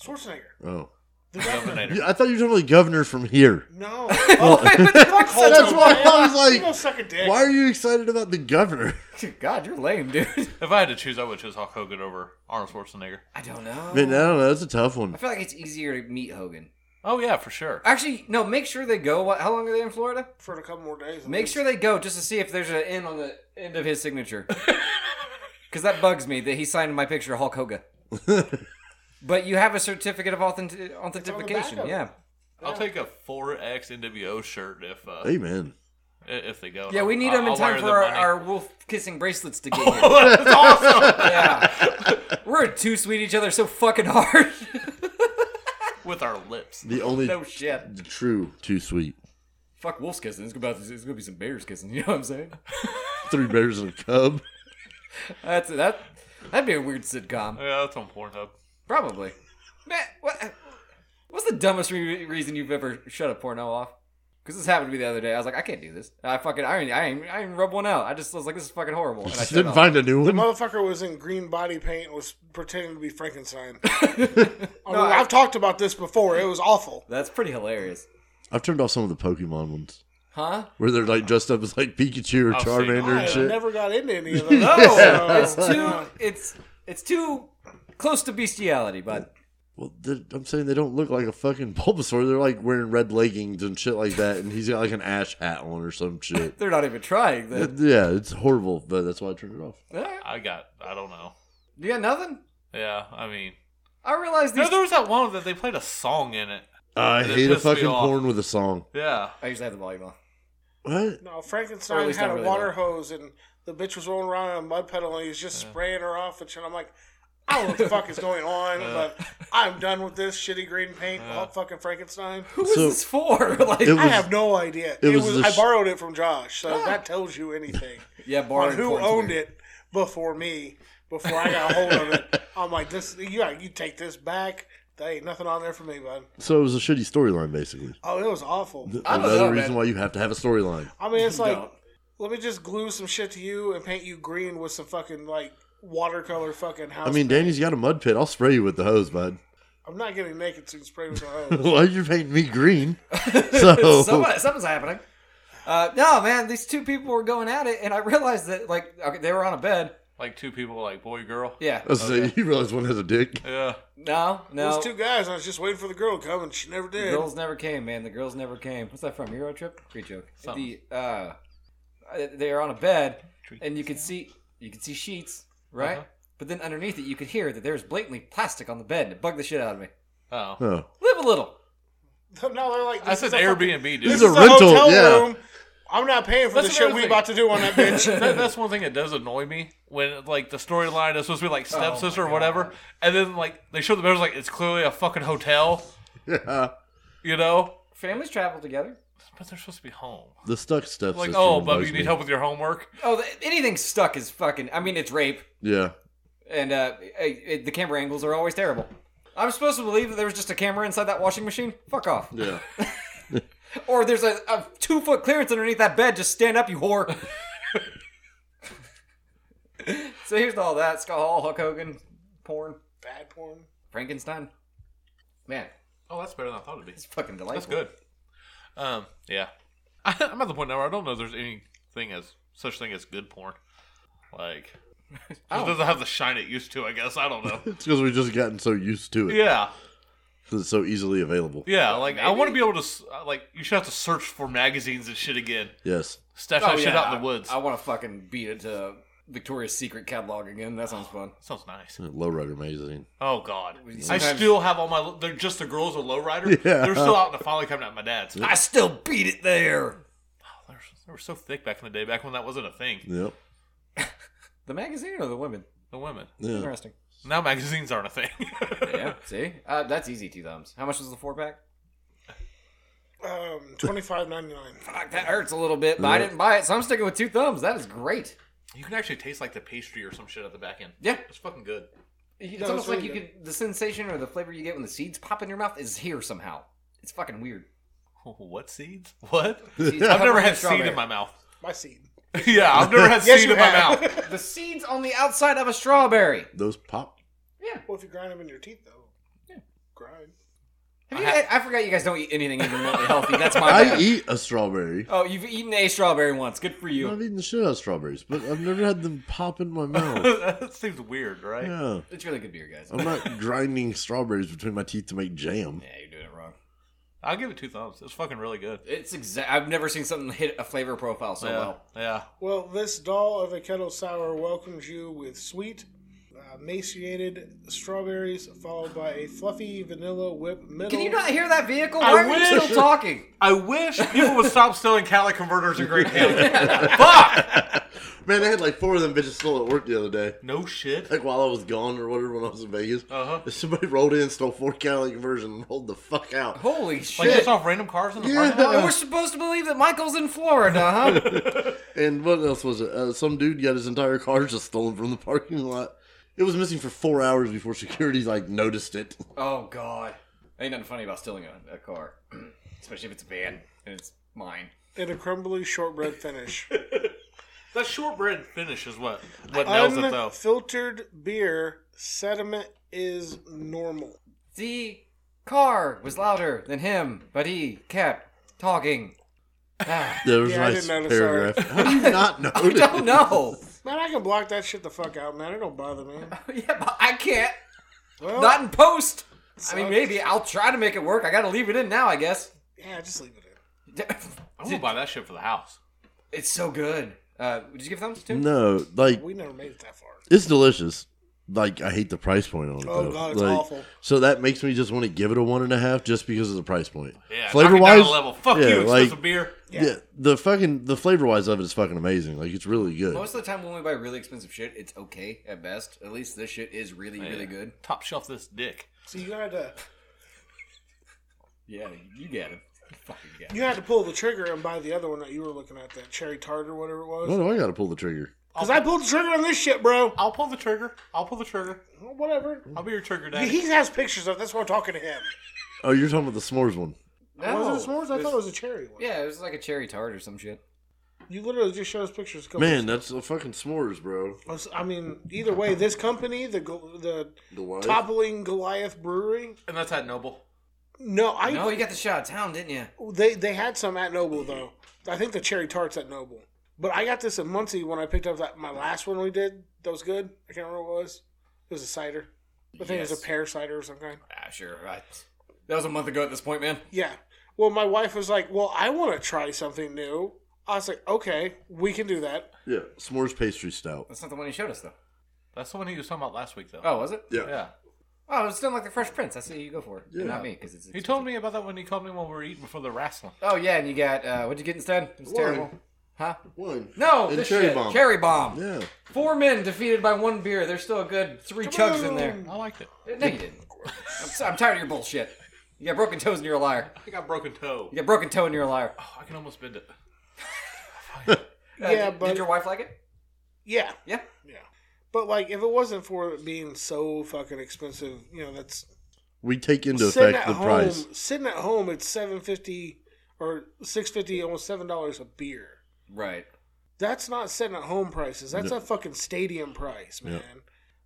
S2: Schwarzenegger.
S4: Oh.
S2: The governor.
S5: Dominator.
S4: Yeah, I thought you were talking about the governor from here.
S2: no.
S4: That's why I was
S2: You go
S4: like,
S2: suck a dick.
S4: why are you excited about the governor?
S1: God, you're lame, dude.
S5: If I had to choose, I would choose Hulk Hogan over Arnold Schwarzenegger.
S1: I don't know.
S4: Man, I don't know. That's a tough one.
S1: I feel like it's easier to meet Hogan.
S5: Oh yeah, for sure.
S1: Actually, no. Make sure they go. What, how long are they in Florida?
S2: For a couple more days.
S1: Make sure they go just to see if there's an N on the end of his signature. Because that bugs me that he signed my picture Hulk Hogan. but you have a certificate of authentic- authentication.
S2: of it.
S1: yeah.
S5: I'll take a 4X NWO shirt if uh,
S4: Amen.
S5: i- if they go.
S1: Yeah, we need
S5: I'll-
S1: them in
S5: I'll
S1: time
S5: wire
S1: for
S5: them
S1: our,
S5: money.
S1: our wolf kissing bracelets to get here.
S5: That's awesome.
S1: Yeah. We're too sweet each other so fucking hard.
S5: With our lips.
S4: The only
S1: no shit.
S4: true too sweet.
S1: Fuck wolves kissing. It's gonna, it's gonna be some bears kissing. You know what I'm saying?
S4: Three bears and a cub.
S1: That's that. That'd be a weird sitcom,
S5: Yeah, that's on Pornhub.
S1: probably. Matt, what? What's the dumbest re- reason you've ever shut a porno off? Because this happened to me the other day. I was like, I can't do this. And I fucking, I ain't, I ain't, I ain't rub one out. I just was like, this is fucking horrible. And I
S4: Just
S1: shut it
S4: didn't
S1: off.
S4: find a new one.
S2: Motherfucker was in green body paint and was pretending to be Frankenstein. I
S1: No, I-
S2: have talked about this before. It was awful.
S1: That's pretty hilarious,
S4: I've turned off some of the Pokemon ones
S1: huh?
S4: where they're like dressed up as like Pikachu or
S5: I've seen
S4: Charmander
S2: I
S4: and shit.
S2: never got into any of those.
S1: No,
S2: so-
S1: it's too, it's, it's too close to bestiality, but
S4: Well, they're- I'm saying they don't look like a fucking Bulbasaur. They're like wearing red leggings and shit like that, and he's got like an ash hat on or some shit.
S1: they're not even trying.
S4: Uh,
S1: Then.
S4: yeah, it's horrible, but that's why I turned it off.
S1: Alright.
S5: I got. I don't know.
S1: You got nothing?
S5: Yeah, I mean,
S1: I realize these.
S5: no, there was that one that they played a song in it.
S4: I
S5: That
S4: hate a
S5: pissed me
S4: fucking
S5: off.
S4: porn with a song.
S5: Yeah,
S1: I usually have the volume on.
S4: What?
S2: No,
S1: Or at
S2: Frankenstein
S1: least
S2: had
S1: not
S2: a
S1: really
S2: water
S1: though.
S2: hose and the bitch was rolling around on a mud pedal and he was just spraying her off and shit. I'm like, I don't know what the fuck is going on, but I'm done with this shitty green paint. all fucking Frankenstein.
S1: Who is
S4: So-
S1: this for? like,
S4: It was,
S2: I have no idea. It,
S4: it
S2: was,
S4: was the
S2: I
S4: sh-
S2: borrowed it from Josh, so that tells you anything
S1: yeah,
S2: on
S1: barring
S2: who
S1: points
S2: owned
S1: here.
S2: it before me. Before I got a hold of it, I'm like, this. You got you take this back. There ain't nothing on there for me, bud.
S4: so it was a shitty storyline, basically.
S2: Oh, it was awful.
S1: I don't
S4: Another
S1: know,
S4: reason
S1: man.
S4: why you have to have a storyline.
S2: I mean, it's like,
S1: Don't.
S2: let me just glue some shit to you and paint you green with some fucking like watercolor fucking house.
S4: I mean,
S2: paint.
S4: Danny's got a mud pit. I'll spray you with the hose, bud.
S2: I'm not getting naked so you can spray with a hose.
S4: why are you painting me green? So
S1: Somebody, something's happening. Uh, no, man, these two people were going at it, and I realized that like okay, they were on a bed.
S5: like two people, like boy, girl.
S1: Yeah.
S4: I was saying, you realize one has a dick.
S5: Yeah,
S1: No, no.
S2: Those two guys, I was just waiting for the girl to come, and she never
S1: The
S2: did.
S1: girls never came, man. The girls never came. What's that from? Euro Trip? Great joke.
S5: Something.
S1: The uh, they were on a bed, and you could see you could see sheets, right?
S5: Uh-huh.
S1: But then underneath it, you could hear that there was blatantly plastic on the bed. and It bugged the shit out of me.
S5: Oh,
S4: Oh.
S1: Live a little.
S2: No, they're like,
S5: that's
S2: this
S5: an
S2: is a fucking-
S5: Airbnb, dude.
S2: This is
S4: These are
S2: a
S4: rental,
S2: hotel
S4: yeah.
S2: room. I'm not paying for
S5: That's
S2: the shit
S5: another
S2: we
S5: thing.
S2: about to do on that bitch.
S5: that, that's one thing that does annoy me when like the storyline is supposed to be like stepsister
S1: my
S5: or whatever,
S1: God.
S5: and then like they show the members like it's clearly a fucking hotel,
S4: Yeah.
S5: you know.
S1: Families travel together.
S5: But they're supposed to be home.
S4: The stuck stuff.
S5: Like, oh, Bubby, you need help with your homework.
S1: Oh, th- anything stuck is fucking. I mean, it's rape.
S4: Yeah.
S1: and uh, it, it- the camera angles are always terrible. I'm supposed to believe that there was just a camera inside that washing machine. Fuck off.
S4: Yeah.
S1: Or there's a, a two foot clearance underneath that bed. Just stand up, you whore. so here's all that: Scott Hall, Hulk Hogan, porn,
S2: Bad porn.
S1: Frankenstein. Man,
S5: Oh, that's better than I thought it'd be.
S1: it's fucking
S5: That's
S1: delightful.
S5: good. Um, yeah. I, I'm at the point now where I don't know if there's anything as such thing as good porn. Like,
S1: Oh.
S5: it just doesn't have the shine it used to. I guess I don't know.
S4: It's because we've just gotten so used to it.
S5: yeah,
S4: that It's so easily available.
S5: yeah. Like, I want to be able to s- uh, like you should have to search for magazines and shit again.
S4: Yes.
S5: Stash
S1: Oh,
S5: that shit
S1: yeah,
S5: out in
S1: I-
S5: the woods.
S1: I, want to fucking beat it to Victoria's Secret catalog again. That sounds fun.
S5: Sounds nice.
S4: Lowrider magazine.
S5: Oh God, I
S1: Sometimes-
S5: still have all my. They're just the girls with lowrider.
S4: Yeah.
S5: They're still out in the filing cabinet at my dad's.
S1: I still beat it there.
S5: They were- they were so thick back in the day, back when that wasn't a thing.
S4: Yep.
S1: The magazine or the women?
S5: The women
S4: Yeah.
S1: Interesting.
S5: now magazines aren't a thing.
S1: Yeah. See, uh, that's easy. Two thumbs. How much was the four pack?
S2: Um, twenty five ninety nine.
S1: Fuck, that hurts a little bit, but I
S4: Yeah.
S1: didn't buy it, so I'm sticking with two thumbs. That is great.
S5: You can actually taste like the pastry or some shit at the back end.
S1: Yeah.
S5: It's fucking good.
S1: It's
S2: No,
S1: almost
S2: it's really
S1: like you
S2: good.
S1: could the sensation or the flavor you get when the seeds pop in your mouth is here somehow. It's fucking weird.
S5: What seeds? What?
S1: Seeds
S5: I've
S1: covered
S5: never
S1: in
S5: had
S1: strawberry.
S5: seed in my mouth.
S2: My seed.
S5: yeah, I've never had
S2: Yes,
S5: seed
S2: you
S5: in my
S2: have.
S5: mouth.
S1: The seeds on the outside of a strawberry.
S4: Those pop.
S2: Well, if you grind them in your teeth, though. Grind.
S1: Have
S5: I
S1: you,
S5: ha-
S1: guys- I, forgot you guys don't eat anything even remotely healthy. That's my
S4: I
S1: bad.
S4: eat a strawberry.
S1: oh, you've eaten a strawberry once. Good for you.
S4: I've eaten the shit out of strawberries, but I've never had them pop in my mouth.
S5: that seems weird, right?
S4: Yeah.
S1: It's really good beer, guys.
S5: Oh.
S4: I'm not grinding strawberries between my teeth to make jam.
S1: Yeah, you're doing it wrong.
S5: I'll give it two thumbs. It's fucking really good.
S1: It's exact. I've never seen something hit a flavor profile so
S5: yeah.
S1: well.
S5: Yeah.
S2: Well, this doll of a kettle sour welcomes you with sweet, uh, emaciated strawberries, followed by a fluffy vanilla whip middle.
S1: Can you not hear that vehicle?
S5: I
S1: Why are you
S5: wish-
S1: still talking?
S5: I wish people would stop stealing catalytic converters in Great Canyon. Fuck!
S4: Man, I had like four of them bitches still at work the other day.
S5: No shit.
S4: Like while I was gone or whatever when I was in Vegas.
S5: Uh-huh.
S4: Somebody rolled in, stole four calorie conversion, and rolled the fuck out.
S1: Holy
S5: Like
S1: shit.
S5: just off random cars in the
S4: Yeah.
S5: parking lot.
S1: And we're supposed to believe that Michael's in Florida, huh?
S4: And what else was it? Uh, some dude got his entire car just stolen from the parking lot. It was missing for four hours before security like noticed it.
S1: oh god, ain't nothing funny about stealing a, a car, especially if it's a van and it's mine.
S2: In a crumbly shortbread finish.
S5: That shortbread finish is what what nails it though.
S2: Unfiltered beer sediment is normal.
S1: The car was louder than him, but he kept talking. Ah,
S4: There was
S2: Yeah, I
S4: a nice
S2: didn't notice,
S4: paragraph. How do you not know?
S1: I don't know.
S2: Man, I can block that shit the fuck out, man. It don't bother me.
S1: yeah, but I can't.
S2: Well,
S1: Not in post. I mean, maybe I'll try to make it work. I gotta leave it in now, I guess.
S2: yeah, just leave it in.
S5: I'm gonna buy that shit for the house.
S1: It's so good. Uh, did you give thumbs to?
S4: No, like
S2: We never made it that far.
S4: it's delicious. Like I hate the price point on it.
S2: Oh,
S4: though.
S2: God, it's
S4: Like,
S2: awful.
S4: So that makes me just want to give it a one and a half just because of the price point.
S5: Yeah,
S4: flavor
S5: knock it
S4: wise,
S5: down a level. Fuck
S4: yeah,
S5: you, expensive
S4: like,
S5: beer.
S4: Yeah. the fucking the flavor wise of it is fucking amazing. Like it's really good.
S1: Most of the time, when we buy really expensive shit, it's okay at best. At least this shit is really, really good.
S5: Top shelf this dick.
S2: So you had to
S1: Yeah, you get it. You Fucking get it.
S2: you had to pull the trigger and buy the other one that you were looking at, that cherry tart or whatever it
S4: Why
S2: was.
S4: do Oh, I got to pull the trigger?
S2: Because I pulled the trigger on this shit, bro.
S5: I'll pull the trigger. I'll pull the trigger.
S2: Well, Whatever.
S5: I'll be your trigger daddy.
S2: He has pictures of. it. That's why I'm talking to him.
S4: Oh, you're talking about the s'mores one.
S1: No.
S2: Was it s'mores? I thought it was a cherry one.
S1: Yeah, it was like a cherry tart or some shit.
S2: You literally just showed us pictures. a couple
S4: Man, that's a fucking s'mores, bro.
S2: I was- I mean, either way, this company, the Go- the
S4: The wife.
S2: toppling Goliath Brewery.
S5: and that's at Noble.
S2: No, I
S1: No, you got the shot of town, didn't you?
S2: they they had some at Noble though. I think the cherry tarts at Noble. But I got this at Muncie when I picked up that my last one we did. That was good. I can't remember what it was. It was a cider. I think it was
S1: Yes.
S2: a pear cider or some kind.
S1: Ah, sure. Right. That was a month ago at this point, man.
S2: Yeah. Well, my wife was like, "Well, I want to try something new." I was like, "Okay, we can do that."
S4: Yeah, s'mores pastry stout.
S1: That's not the one you showed us, though.
S5: That's the one he was talking about last week, though.
S1: Oh, was it?
S4: Yeah.
S5: Yeah.
S1: Oh, it's done like the Fresh Prince. I see you go for it. Not me, because it's.
S5: He told me about that when he called me while we were eating before the wrestling.
S1: Oh yeah, and you got uh, what'd you get instead? It was
S4: Wine.
S1: terrible. Huh?
S4: One.
S1: No,
S4: And
S1: this
S4: cherry
S1: shit.
S4: bomb.
S1: Cherry bomb.
S4: Yeah.
S1: Four men defeated by one beer. There's still a good three chugs in there.
S2: Mm.
S1: Uh,
S5: I liked it.
S1: No, you didn't. I'm, so- I'm tired of your bullshit. You got broken toes and you're a liar.
S5: I got broken toe.
S1: You got broken toe and you're a liar.
S5: Oh, I can almost bend it.
S1: Uh,
S2: Yeah,
S1: did,
S2: but-
S1: did your wife like it?
S2: Yeah.
S1: Yeah.
S2: Yeah. But like, if it wasn't for it being so fucking expensive, you know, that's
S4: We take into
S2: sitting at
S4: effect the
S2: home.
S4: price.
S2: Sitting at home, it's seven fifty or six fifty, almost seven dollars a beer.
S1: Right.
S2: That's not sitting at home prices. That's a fucking stadium price, man.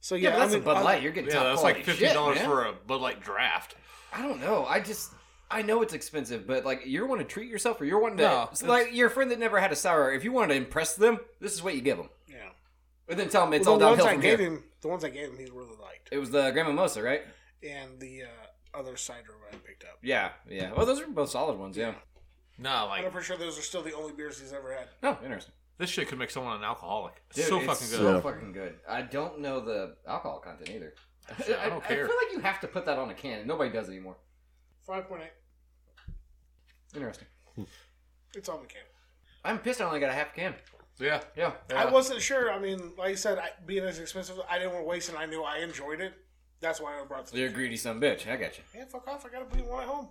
S2: So yeah,
S1: Yeah, but that's
S2: I mean,
S1: a Bud
S2: I-
S1: Light. You're getting
S5: Yeah,
S1: top
S5: that's like
S1: quality
S5: fifty dollars
S1: shit, man.
S5: for a Bud Light draft.
S1: I don't know. I just I know it's expensive, but like you're wanting to treat yourself or you're wanting to
S5: No,
S1: it's
S5: it's-
S1: like your friend that never had a sour. If you wanted to impress them, this is what you give them,
S2: yeah.
S1: and then tell them it's
S2: Well, the
S1: all
S2: ones
S1: downhill
S2: I
S1: from
S2: gave
S1: here.
S2: him, the ones I gave him, he really liked,
S1: It was the Grand Mimosa, right?
S2: and the uh, other cider I picked up.
S1: Yeah, yeah. Well, those are both solid ones. Yeah.
S5: No,
S2: I'm
S5: like
S2: pretty sure those are still the only beers he's ever had.
S1: Oh, interesting.
S5: this shit could make someone an alcoholic. It's
S1: Dude,
S5: so
S1: it's
S5: fucking
S1: So
S5: good.
S4: Yeah.
S1: fucking good. I don't know the alcohol content either.
S5: Shit, I don't care.
S1: feel like you have to put that on a can. and Nobody does anymore.
S2: Five point eight.
S1: Interesting.
S2: It's on the can.
S1: I'm pissed. I only got a half can.
S5: yeah.
S1: Yeah.
S2: I wasn't sure. I mean, like I said, I, being as expensive, I didn't want to waste, it, and I knew I enjoyed it. That's why I brought the.
S1: You're a greedy son of a bitch. I got you.
S2: Yeah, fuck off! I gotta bring one at home.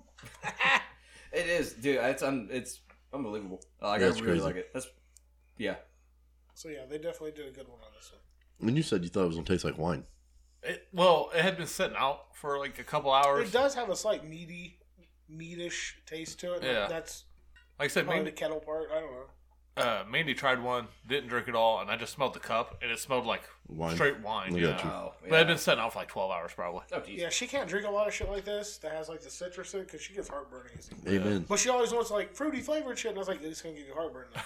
S1: It is, dude. It's un- it's unbelievable. Like, I
S4: That's
S1: really
S4: crazy.
S1: like it. That's yeah.
S2: So yeah, they definitely did a good one on this one.
S4: And you said you thought it was gonna taste like wine.
S5: It, well, it had been sitting out for like a couple hours.
S2: It does have a slight meaty, meatish taste to it.
S5: Yeah.
S2: that's
S5: Like I said,
S2: probably
S5: Mandy,
S2: the kettle part. I don't know.
S5: uh, Mandy tried one, didn't drink it all, and I just smelled the cup, and it smelled like
S4: Wine.
S5: straight wine.
S4: I
S5: yeah.
S4: got you.
S1: Oh,
S5: But it had
S1: yeah.
S5: been sitting out for like twelve hours probably.
S1: Oh, geez.
S2: Yeah, she can't drink a lot of shit like this that has like the citrus in it because she gets heartburn easy.
S4: Amen.
S2: But she always wants like fruity flavored shit, and I was like, it's gonna give you heartburn. though."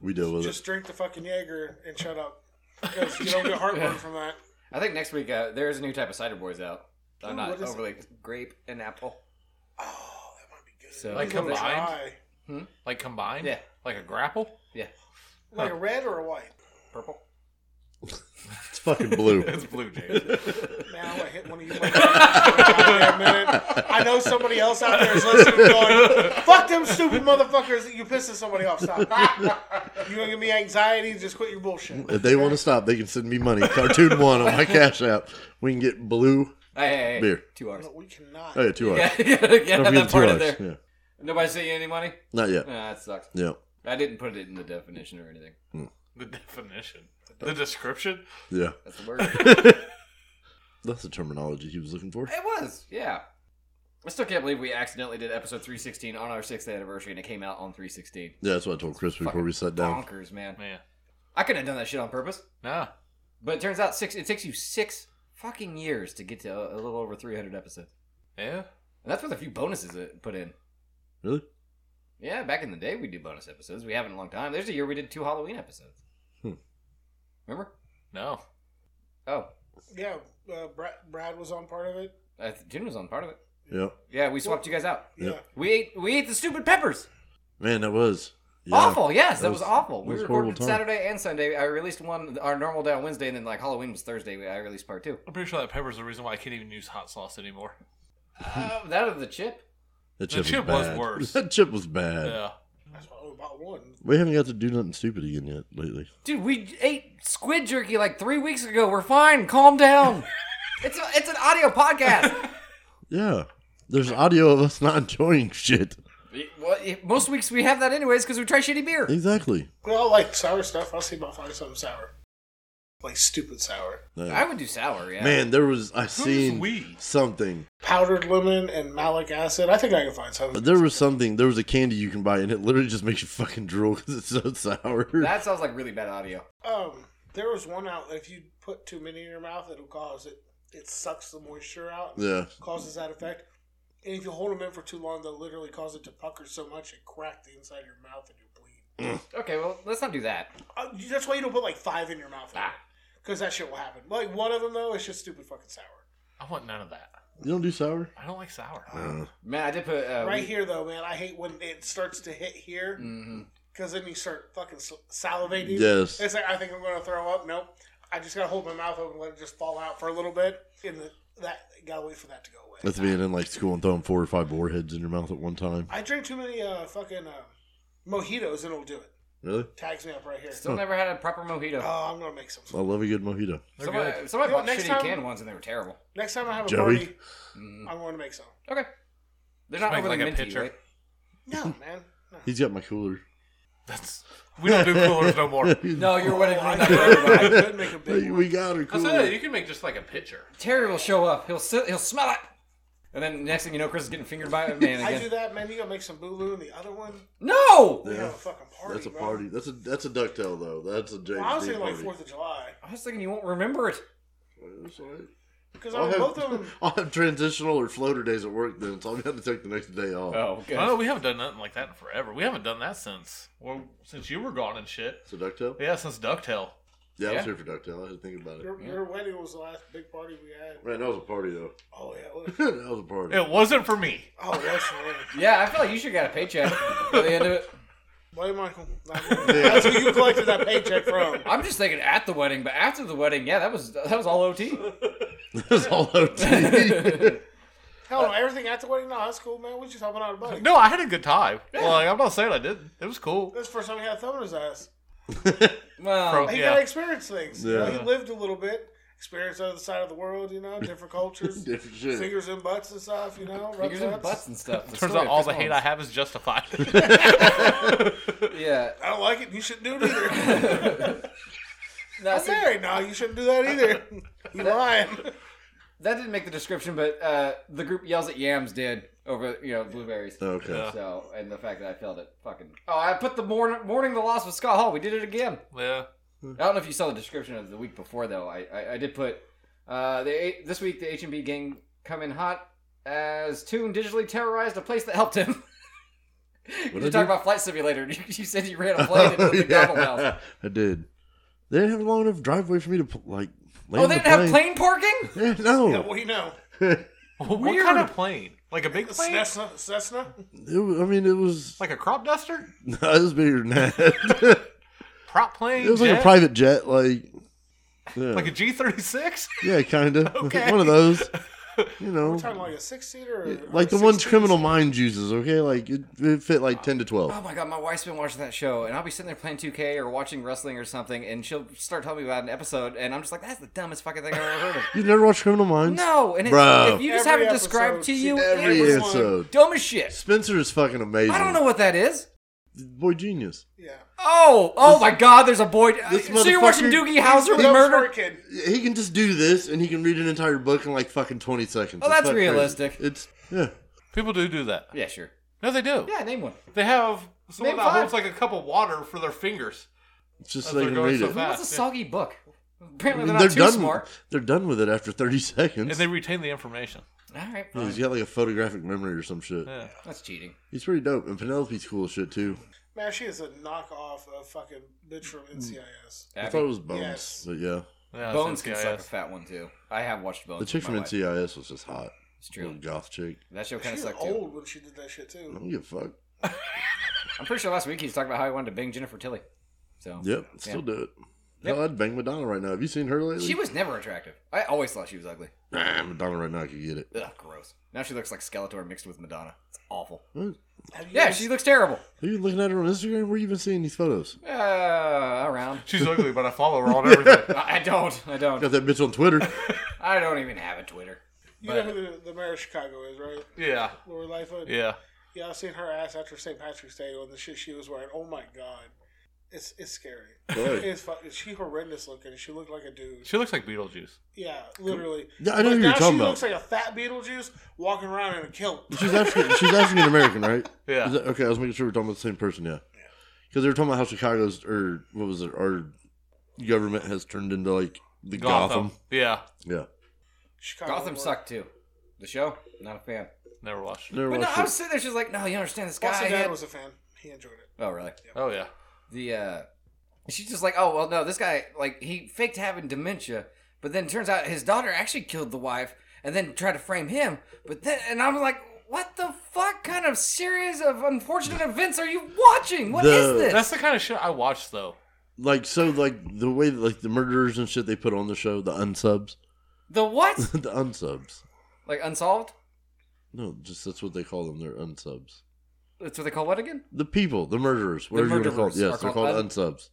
S4: We deal with
S2: Just drink the fucking Jaeger and shut up because you don't get heartburn from that.
S1: I think next week uh, there is a new type of cider boys out. I'm
S2: Ooh,
S1: not
S2: what is
S1: overly grape and apple.
S2: Oh, that might be good.
S1: So-
S5: Like
S2: It's gonna
S5: combined?
S2: dry.
S5: Like combined?
S1: Yeah.
S5: Like a grapple?
S1: Yeah.
S2: like a red or a white.
S1: Purple.
S4: it. It's fucking blue.
S5: It's blue jays.
S2: Now I hit one of you. motherfuckers. Goddamn minute. I know know somebody else out there is listening going, fuck them stupid motherfuckers. You pissing somebody off. Stop. you going to give me anxiety? Just quit your bullshit.
S4: If they want to stop, they can send me money. Cartoon one on my cash app. We can get blue.
S1: Hey, hey, hey,
S4: Beer.
S1: Two R's.
S2: But we cannot.
S4: Oh yeah, two hours.
S1: Yeah, yeah, yeah
S4: Don't
S1: that
S4: forget
S1: part in
S4: the
S1: there.
S4: two hours. Yeah,
S1: Nobody sent you any money?
S4: not yet.
S1: Nah, that sucks.
S4: Yeah,
S1: I didn't put it in the definition or anything.
S5: The definition. The description?
S4: yeah.
S1: That's the word. it
S4: That's the terminology he was looking for.
S1: was, yeah. I still can't believe we accidentally did episode 316 on our sixth anniversary and it came out on 316.
S4: Yeah, that's what I told Chris before we sat down.
S1: Bonkers, man.
S5: Man.
S1: I couldn't have done that shit on purpose.
S5: Nah.
S1: But it turns out six. it takes you six fucking years to get to a, a little over 300 episodes.
S5: Yeah.
S1: And that's with a few bonuses that put in.
S4: Really?
S1: Yeah, back in the day we do bonus episodes. We haven't in a long time. There's a year we did two Halloween episodes.
S4: Hmm.
S1: Remember?
S5: No.
S1: Oh,
S2: Yeah, uh, Brad, Brad was on part of it.
S1: I th- June was on part of it.
S4: Yeah,
S1: Yeah, we swapped you guys out.
S2: Yeah.
S4: Yep.
S1: We ate we ate the stupid peppers.
S4: man, that was yeah.
S1: Awful. Yes, that,
S4: That
S1: was,
S4: was-
S1: awful.
S4: that
S1: We
S4: was a
S1: recorded
S4: horrible time.
S1: Saturday and Sunday. I released one our normal day on Wednesday, and then like Halloween was Thursday. I released part two.
S5: I'm pretty sure that pepper's the reason why I can't even use hot sauce anymore.
S1: Uh, that of the chip.
S4: That chip,
S5: chip was
S4: was, bad.
S5: worse.
S4: That chip was bad.
S5: Yeah.
S2: That's why I only bought one.
S4: We haven't got to do nothing stupid again yet lately.
S1: Dude, we ate squid jerky like three weeks ago. We're fine. Calm down. it's a, it's an audio podcast.
S4: Yeah, there's audio of us not enjoying shit.
S1: It- well, it- most weeks we have that anyways because we try shitty beer.
S4: Exactly.
S2: We all like sour stuff. I'll see about finding something sour. Like stupid sour.
S1: I would do sour. Yeah.
S4: Man, there was I seen
S5: we?
S4: something.
S2: Powdered lemon and malic acid. I think I can find something.
S4: There was something. There was a candy you can buy, and it literally just makes you fucking drool because it's so sour.
S1: that sounds like really bad audio.
S2: Um, there was one out. If you put too many in your mouth, it'll cause it. It sucks the moisture out.
S4: yeah,
S2: Causes that effect. And if you hold them in for too long, they'll literally cause it to pucker so much it crack the inside of your mouth and you bleed.
S1: Okay, well let's not do that.
S2: Uh, that's why you don't put like five in your mouth.
S1: Ah.
S2: Because that shit will happen. Like one of them though, it's just stupid fucking sour.
S5: I want none of that.
S4: you don't do sour.
S5: I don't like sour.
S4: Uh, Mm.
S1: Man, I did put uh,
S2: Right here though, man, I hate when it starts to hit here.
S1: hmm
S2: Because then you start fucking sal- salivating.
S4: Yes.
S2: It's like, I think I'm going to throw up. Nope. I just got to hold my mouth open and let it just fall out for a little bit. And the, that, got to wait for that to go away.
S4: That's being in like school and throwing four or five warheads in your mouth at one time.
S2: I drink too many uh, fucking uh, mojitos and it'll do it.
S4: Really?
S2: Tags me up right here.
S1: Still never had a proper mojito.
S2: Oh, I'm going to make some.
S4: I love a good mojito.
S5: They're
S1: Somebody,
S5: good.
S1: somebody
S2: You know,
S1: bought
S2: next
S1: shitty
S2: time-
S1: canned ones and they were terrible.
S2: Next time I have a
S4: Joey?
S2: party,
S1: Mm.
S2: I'm going to make some.
S1: Okay, they're not
S5: make,
S1: overly
S5: like, a
S1: minty,
S5: pitcher.
S1: right?
S2: No, man. No.
S4: He's got my cooler.
S5: That's we don't do coolers no more.
S1: No, you're winning.
S2: I could make a
S4: Hey,
S2: big one.
S4: we got her
S5: I said
S4: cooler.
S5: you can make just like a pitcher.
S1: Terry will show up. He'll sit, he'll smell it, and then next thing you know, Chris is getting fingered by a man
S2: I do
S1: again.
S2: that, man. You gonna make some booloo, and the other one,
S1: No,
S2: we have a fucking party.
S4: That's a
S2: bro.
S4: party. That's a that's a ducktail though. That's a James
S2: Well, I was
S4: Dean
S2: thinking like
S4: party.
S2: Fourth of July
S1: I was thinking you won't remember it.
S4: That's all right.
S2: because I
S4: I'll
S2: mean, both of them.
S4: have, I'll have transitional or floater days at work then, so I'm gonna have to take the next day off.
S1: Oh, good.
S5: Oh, we haven't done nothing like that in forever. We haven't done that since well since you were gone and shit.
S4: So ducktail?
S5: Yeah, since Ducktail.
S4: Yeah, I was
S1: Yeah.
S4: here for ducktail. I had to think about it.
S2: Your, your wedding was the last big party we had.
S4: Man, that was a party though.
S2: Oh yeah. Look.
S4: that was a party.
S5: It wasn't for me.
S2: Oh, that's right.
S1: Yeah, I feel like you should got a paycheck at the end of it.
S2: Blame Michael. That's who you collected that paycheck from.
S1: I'm just thinking at the wedding, but after the wedding, yeah, that was that was all OT.
S4: It was all OT.
S2: Hell, no, everything at the wedding. No, that's cool, man. We just helping out a buddy.
S5: No, I had a good time. Like I'm not saying I didn't. It was cool.
S2: That's the first time he had a thumb in his ass.
S1: Well,
S5: From-
S2: He
S5: Yeah.
S2: got to experience things. You know,
S4: Yeah.
S2: he lived a little bit, experienced the other side of the world. You know, different cultures,
S4: Different shit.
S2: fingers in butts and stuff. You know, rub
S1: fingers and
S2: butts.
S1: butts and stuff. The
S5: Turns
S1: story
S5: out
S1: of
S5: all
S1: Chris
S5: the hate I
S1: Mullins.
S5: have is justified.
S1: Yeah,
S2: I don't like it. You shouldn't do it either.
S1: No,
S2: I'm
S1: see,
S2: married now. You shouldn't do that either. You lying.
S1: that didn't make the description, but uh, the group yells at yams did over you know blueberries.
S4: okay.
S5: Yeah.
S1: So, and the fact that I failed it, fucking. Oh, I put the morning, morning the loss with Scott Hall. We did it again.
S5: yeah.
S1: I don't know if you saw the description of the week before though. I I, I did put uh, the this week the H and B gang come in hot as Toon digitally terrorized a place that helped him.
S4: What'd
S1: you
S4: I
S1: talk
S4: do?
S1: about flight simulator. You, you said you
S4: Oh,
S1: ran a plane into the McDonald house.
S4: I did. They didn't have a long enough driveway for me to pl- like. Land
S1: Oh, they
S4: the
S1: didn't have plane parking.
S4: plane. Yeah,
S2: Yeah,
S4: no.
S2: well, you know,
S5: What
S1: Weird.
S5: kind of plane? Like a big plane?
S2: Cessna. Cessna.
S4: It was, I mean, it was.
S5: Like a crop duster?
S4: No, it was bigger than that.
S5: Prop plane?
S4: it was like a
S5: jet?
S4: private jet, like. Yeah,
S5: Like a G thirty six?
S4: yeah kind of.
S5: Okay.
S4: One of those. You know,
S2: We're talking like a six seater, or or
S4: like
S2: a
S4: the ones
S2: 16?
S4: Criminal Minds uses. Okay, like it, it fit like ten to
S1: Oh
S4: twelve.
S1: my god, my wife's been watching that show, and I'll be sitting there playing 2K or watching wrestling or something, and she'll start telling me about an episode, and I'm just like, that's the dumbest fucking thing I've ever heard of.
S4: You never watched Criminal Minds?
S1: No, and it,
S4: Bro.
S1: if you just
S2: Every
S1: haven't described to
S2: episode,
S1: you,
S4: Every
S1: it was
S4: episode.
S1: dumb as shit.
S4: Spencer is fucking amazing.
S1: I don't know what that is.
S4: Boy genius.
S2: Yeah.
S1: Oh, oh my god, there's a boy.
S4: this
S1: so you're watching
S4: motherfucker-
S1: Doogie Howser
S2: Little
S1: murder?
S2: short kid.
S4: He can just do this, and he can read an entire book in like fucking twenty seconds.
S1: Oh,
S4: It's
S1: that's
S4: not crazy.
S1: realistic.
S4: It's yeah.
S5: People do do that.
S1: Yeah, sure.
S5: No, they do.
S1: Yeah, name one.
S5: They have someone
S1: Name
S5: that
S1: five.
S5: holds like a cup of water for their fingers.
S4: It's just
S5: As
S4: so they
S5: they're
S4: can
S5: going
S4: read
S5: so
S4: it.
S5: fast.
S1: What's a soggy book? Apparently
S4: And
S1: they're not too
S4: done.
S1: smart.
S4: They're done with it after thirty
S5: And
S4: seconds.
S5: they retain the information.
S1: All right,
S4: Yeah,
S1: fine.
S4: He's got like a photographic memory or some shit.
S5: Yeah.
S1: that's cheating.
S4: He's pretty dope, and Penelope's cool as shit too.
S2: Man, she is a knockoff of fucking bitch from
S4: Mm.
S2: NCIS.
S4: I
S1: Abby.
S4: thought it was Bones,
S2: Yes.
S4: but yeah,
S5: yeah
S1: Bones can
S5: it's
S1: suck a
S5: NCIS.
S1: fat one too. I have watched Bones.
S4: the chick
S1: with my
S4: from
S1: wife.
S4: NCIS was just hot.
S1: It's
S4: Little
S1: true.
S4: goth chick.
S1: That show kind of
S2: She's
S1: sucked too.
S2: old when she did that shit
S4: I
S2: too.
S4: don't give a fuck.
S1: I'm pretty sure last week he was talking about how he wanted to bang Jennifer Tilly. So
S4: Yep, still do it.
S1: Yep.
S4: Hell, I'd bang Madonna right now. Have you seen her lately?
S1: she was never attractive. I always thought she was ugly.
S4: nah, Madonna right now. I could get it.
S1: Ugh, gross. Now she looks like Skeletor mixed with Madonna. It's awful.
S4: What?
S2: Have you
S1: Yeah,
S2: guys-
S1: she looks terrible.
S4: Are you looking at her on Instagram? Where you been seeing these photos?
S1: Uh, around.
S5: She's ugly, but I follow her on everything.
S1: I I don't. I don't.
S4: Got that bitch on Twitter.
S1: I don't even have a Twitter.
S2: you know who the, the mayor of Chicago is, right?
S5: yeah.
S2: Lori Lightfoot.
S5: Yeah.
S2: Yeah, I seen her ass after St. Patrick's Day on the shit she was wearing. Oh my god, it's it's scary.
S4: Right.
S2: It's fucking. She horrendous looking. She looked like a dude.
S5: She looks like Beetlejuice.
S2: Yeah, literally.
S4: Yeah, I know
S2: But
S4: who you're
S2: now
S4: talking
S2: she
S4: about.
S2: looks like a fat Beetlejuice walking around in a kilt.
S4: She's African. she's African American, right?
S5: Yeah.
S4: Is that- okay, I was making sure we're talking about the same person. Yeah. Because they were talking about how Chicago's or what was it? Our government has turned into like the Gotham.
S5: Yeah.
S4: Yeah.
S2: Chicago
S1: Gotham
S2: work.
S1: sucked too. The show, not a fan.
S5: Never watched it.
S4: Never
S1: But no,
S4: watched
S1: I
S4: it.
S1: was sitting there. She's like, "No, you don't understand this guy."
S2: Boston
S1: he
S2: Dad
S1: had-
S2: was a fan. He enjoyed it.
S1: Oh, really?
S5: Oh, yeah.
S1: the uh she's just like oh well no this guy like he faked having dementia but then it turns out his daughter actually killed the wife and then tried to frame him but then and i'm like what the fuck kind of series of unfortunate events are you watching What is
S4: The-
S1: this
S5: That's the kind of shit I watch, though.
S4: like so like the way that, like the murderers and shit they put on the show the unsubs
S1: the what
S4: the unsubs
S1: like unsolved
S4: no just that's what they call them they're unsubs
S1: that's what they call what again
S4: the people the murderers whatever you want
S1: murderers
S4: to call it
S1: are
S4: yes they're
S1: called
S4: called
S1: un-
S4: unsubs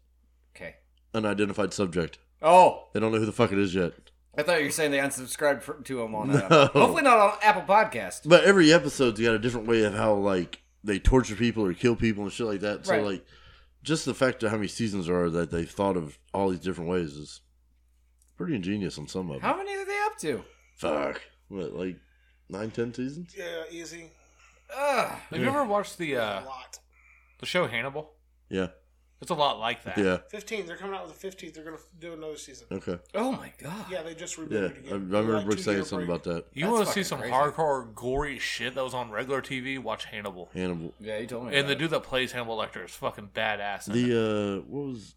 S1: okay
S4: unidentified subject
S1: oh
S4: they don't know who the fuck it is yet
S1: i thought you were saying they unsubscribed for, to him on uh,
S4: No.
S1: hopefully not on apple podcast
S4: but every episode's got a different way of how like they torture people or kill people and shit like that so
S1: Right.
S4: like just the fact of how many seasons there are that they've thought of all these different ways is pretty ingenious on some of them
S1: how many are they up to
S4: fuck what like nine ten seasons
S2: Yeah, easy.
S1: Ugh.
S5: Have you ever watched the
S2: A
S5: uh,
S2: lot.
S5: the show Hannibal?
S4: yeah
S5: It's a lot like that.
S4: yeah
S2: Fifteen. They're coming out with the fifteenth. They're gonna do another season.
S4: okay
S1: oh my god
S2: Yeah, they just rebooted
S4: Yeah,
S2: it again.
S4: I, I remember
S2: Like,
S4: Brooke
S2: two-year
S4: saying something
S2: break.
S4: about that.
S5: You
S1: That's
S5: want to see
S1: fucking
S5: some
S1: crazy.
S5: hardcore, gory shit that was on regular TV? Watch Hannibal.
S4: Hannibal.
S1: yeah you told me
S5: And
S1: about
S5: the
S1: it.
S5: dude that plays Hannibal Lecter is fucking badass. in it.
S4: The uh, what was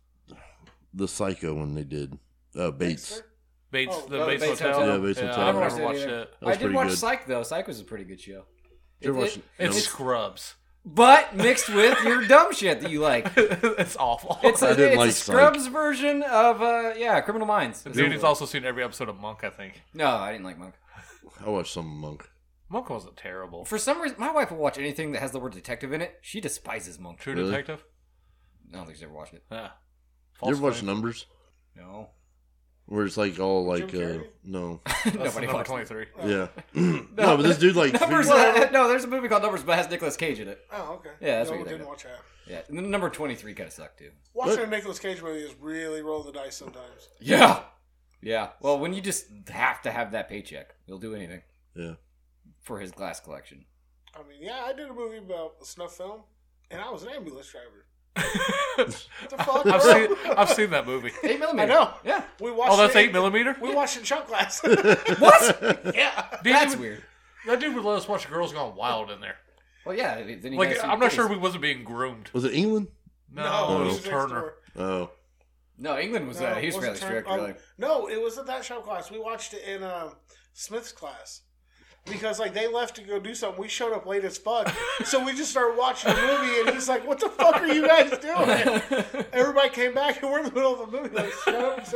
S4: the Psycho one they did? Uh, Bates.
S2: Dexter?
S5: Bates,
S2: Oh,
S5: the
S1: oh,
S5: Bates,
S1: Bates
S5: Hotel.
S1: Hotel.
S4: Yeah, Bates Hotel.
S5: I've
S4: I've
S5: never
S1: watched
S5: watched
S1: it either.
S5: it.
S4: That was
S1: I did
S4: pretty
S1: watch
S4: good.
S1: Psych though. Psych was a pretty good show.
S4: Did you ever
S1: It-
S4: watch-
S1: it-
S4: no,
S5: It's Scrubs.
S1: But mixed with your dumb shit that you like.
S5: it's awful.
S1: It's a,
S4: I didn't
S1: it's
S4: like
S1: a
S4: Psych.
S1: Scrubs version of uh yeah, Criminal Minds.
S5: Dude, he's also seen every episode of Monk, I think.
S1: No, I didn't like Monk.
S4: I watched some Monk.
S5: Monk wasn't terrible.
S1: For some reason my wife will watch anything that has the word detective in it. She despises Monk.
S5: True
S4: Really?
S5: Detective?
S1: I don't think she's ever watched it.
S5: Yeah.
S4: You ever
S5: False
S4: watch
S5: Claim.
S4: Numbers?
S1: No.
S4: Where it's like all like
S2: Jim
S4: uh,
S2: Carrey?
S4: no,
S5: That's
S1: Nobody
S5: number
S1: watched it.
S5: 23.
S2: Oh.
S4: yeah, no, but this dude like
S1: Numbers uh,
S4: figures-
S1: no, there's a movie called Numbers but it has Nicolas Cage in it.
S2: Oh, okay.
S1: Yeah, that's
S2: no,
S1: what you
S2: didn't
S1: did.
S2: watch that.
S1: Yeah. and then number twenty three kinda sucked too.
S2: Watching a Nicolas Cage movie is really roll the dice sometimes.
S1: Yeah. Yeah. Well when you just have to have that paycheck, you'll do anything
S4: yeah,
S1: for his glass collection.
S2: I mean, yeah, I did a movie about a snuff film, and I was an ambulance driver. What the fuck?
S5: I've
S2: bro?
S5: seen, I've seen that movie.
S1: Eight millimeter.
S2: know.
S1: Yeah.
S2: we watched.
S5: Oh, that's
S2: it-
S5: 8 millimeter?
S2: We watched in shop class.
S1: What?
S2: yeah.
S5: Dude,
S1: That's
S5: he would-
S1: weird.
S5: That dude would let us watch Girls Gone Wild in there.
S1: Well, yeah. Then you
S5: Like,
S1: gotta see
S5: I'm not
S1: titties.
S5: sure we wasn't being groomed.
S4: was it England?
S5: No,
S4: No.
S5: it
S2: it
S5: was
S2: was next
S5: Turner.
S2: door.
S4: Oh,
S1: No, England was uh,
S2: No,
S1: he was
S2: it
S1: fairly
S2: wasn't Turner.
S1: strict.
S2: Um,
S1: like,
S2: No, it wasn't that shop class. We watched it in um, Smith's class. Because like they left to go do something, we showed up late as fuck. so we just started watching the movie, and he's like, "What the fuck are you guys doing?" Everybody came back, and we're in the middle of the movie. Like, shut up and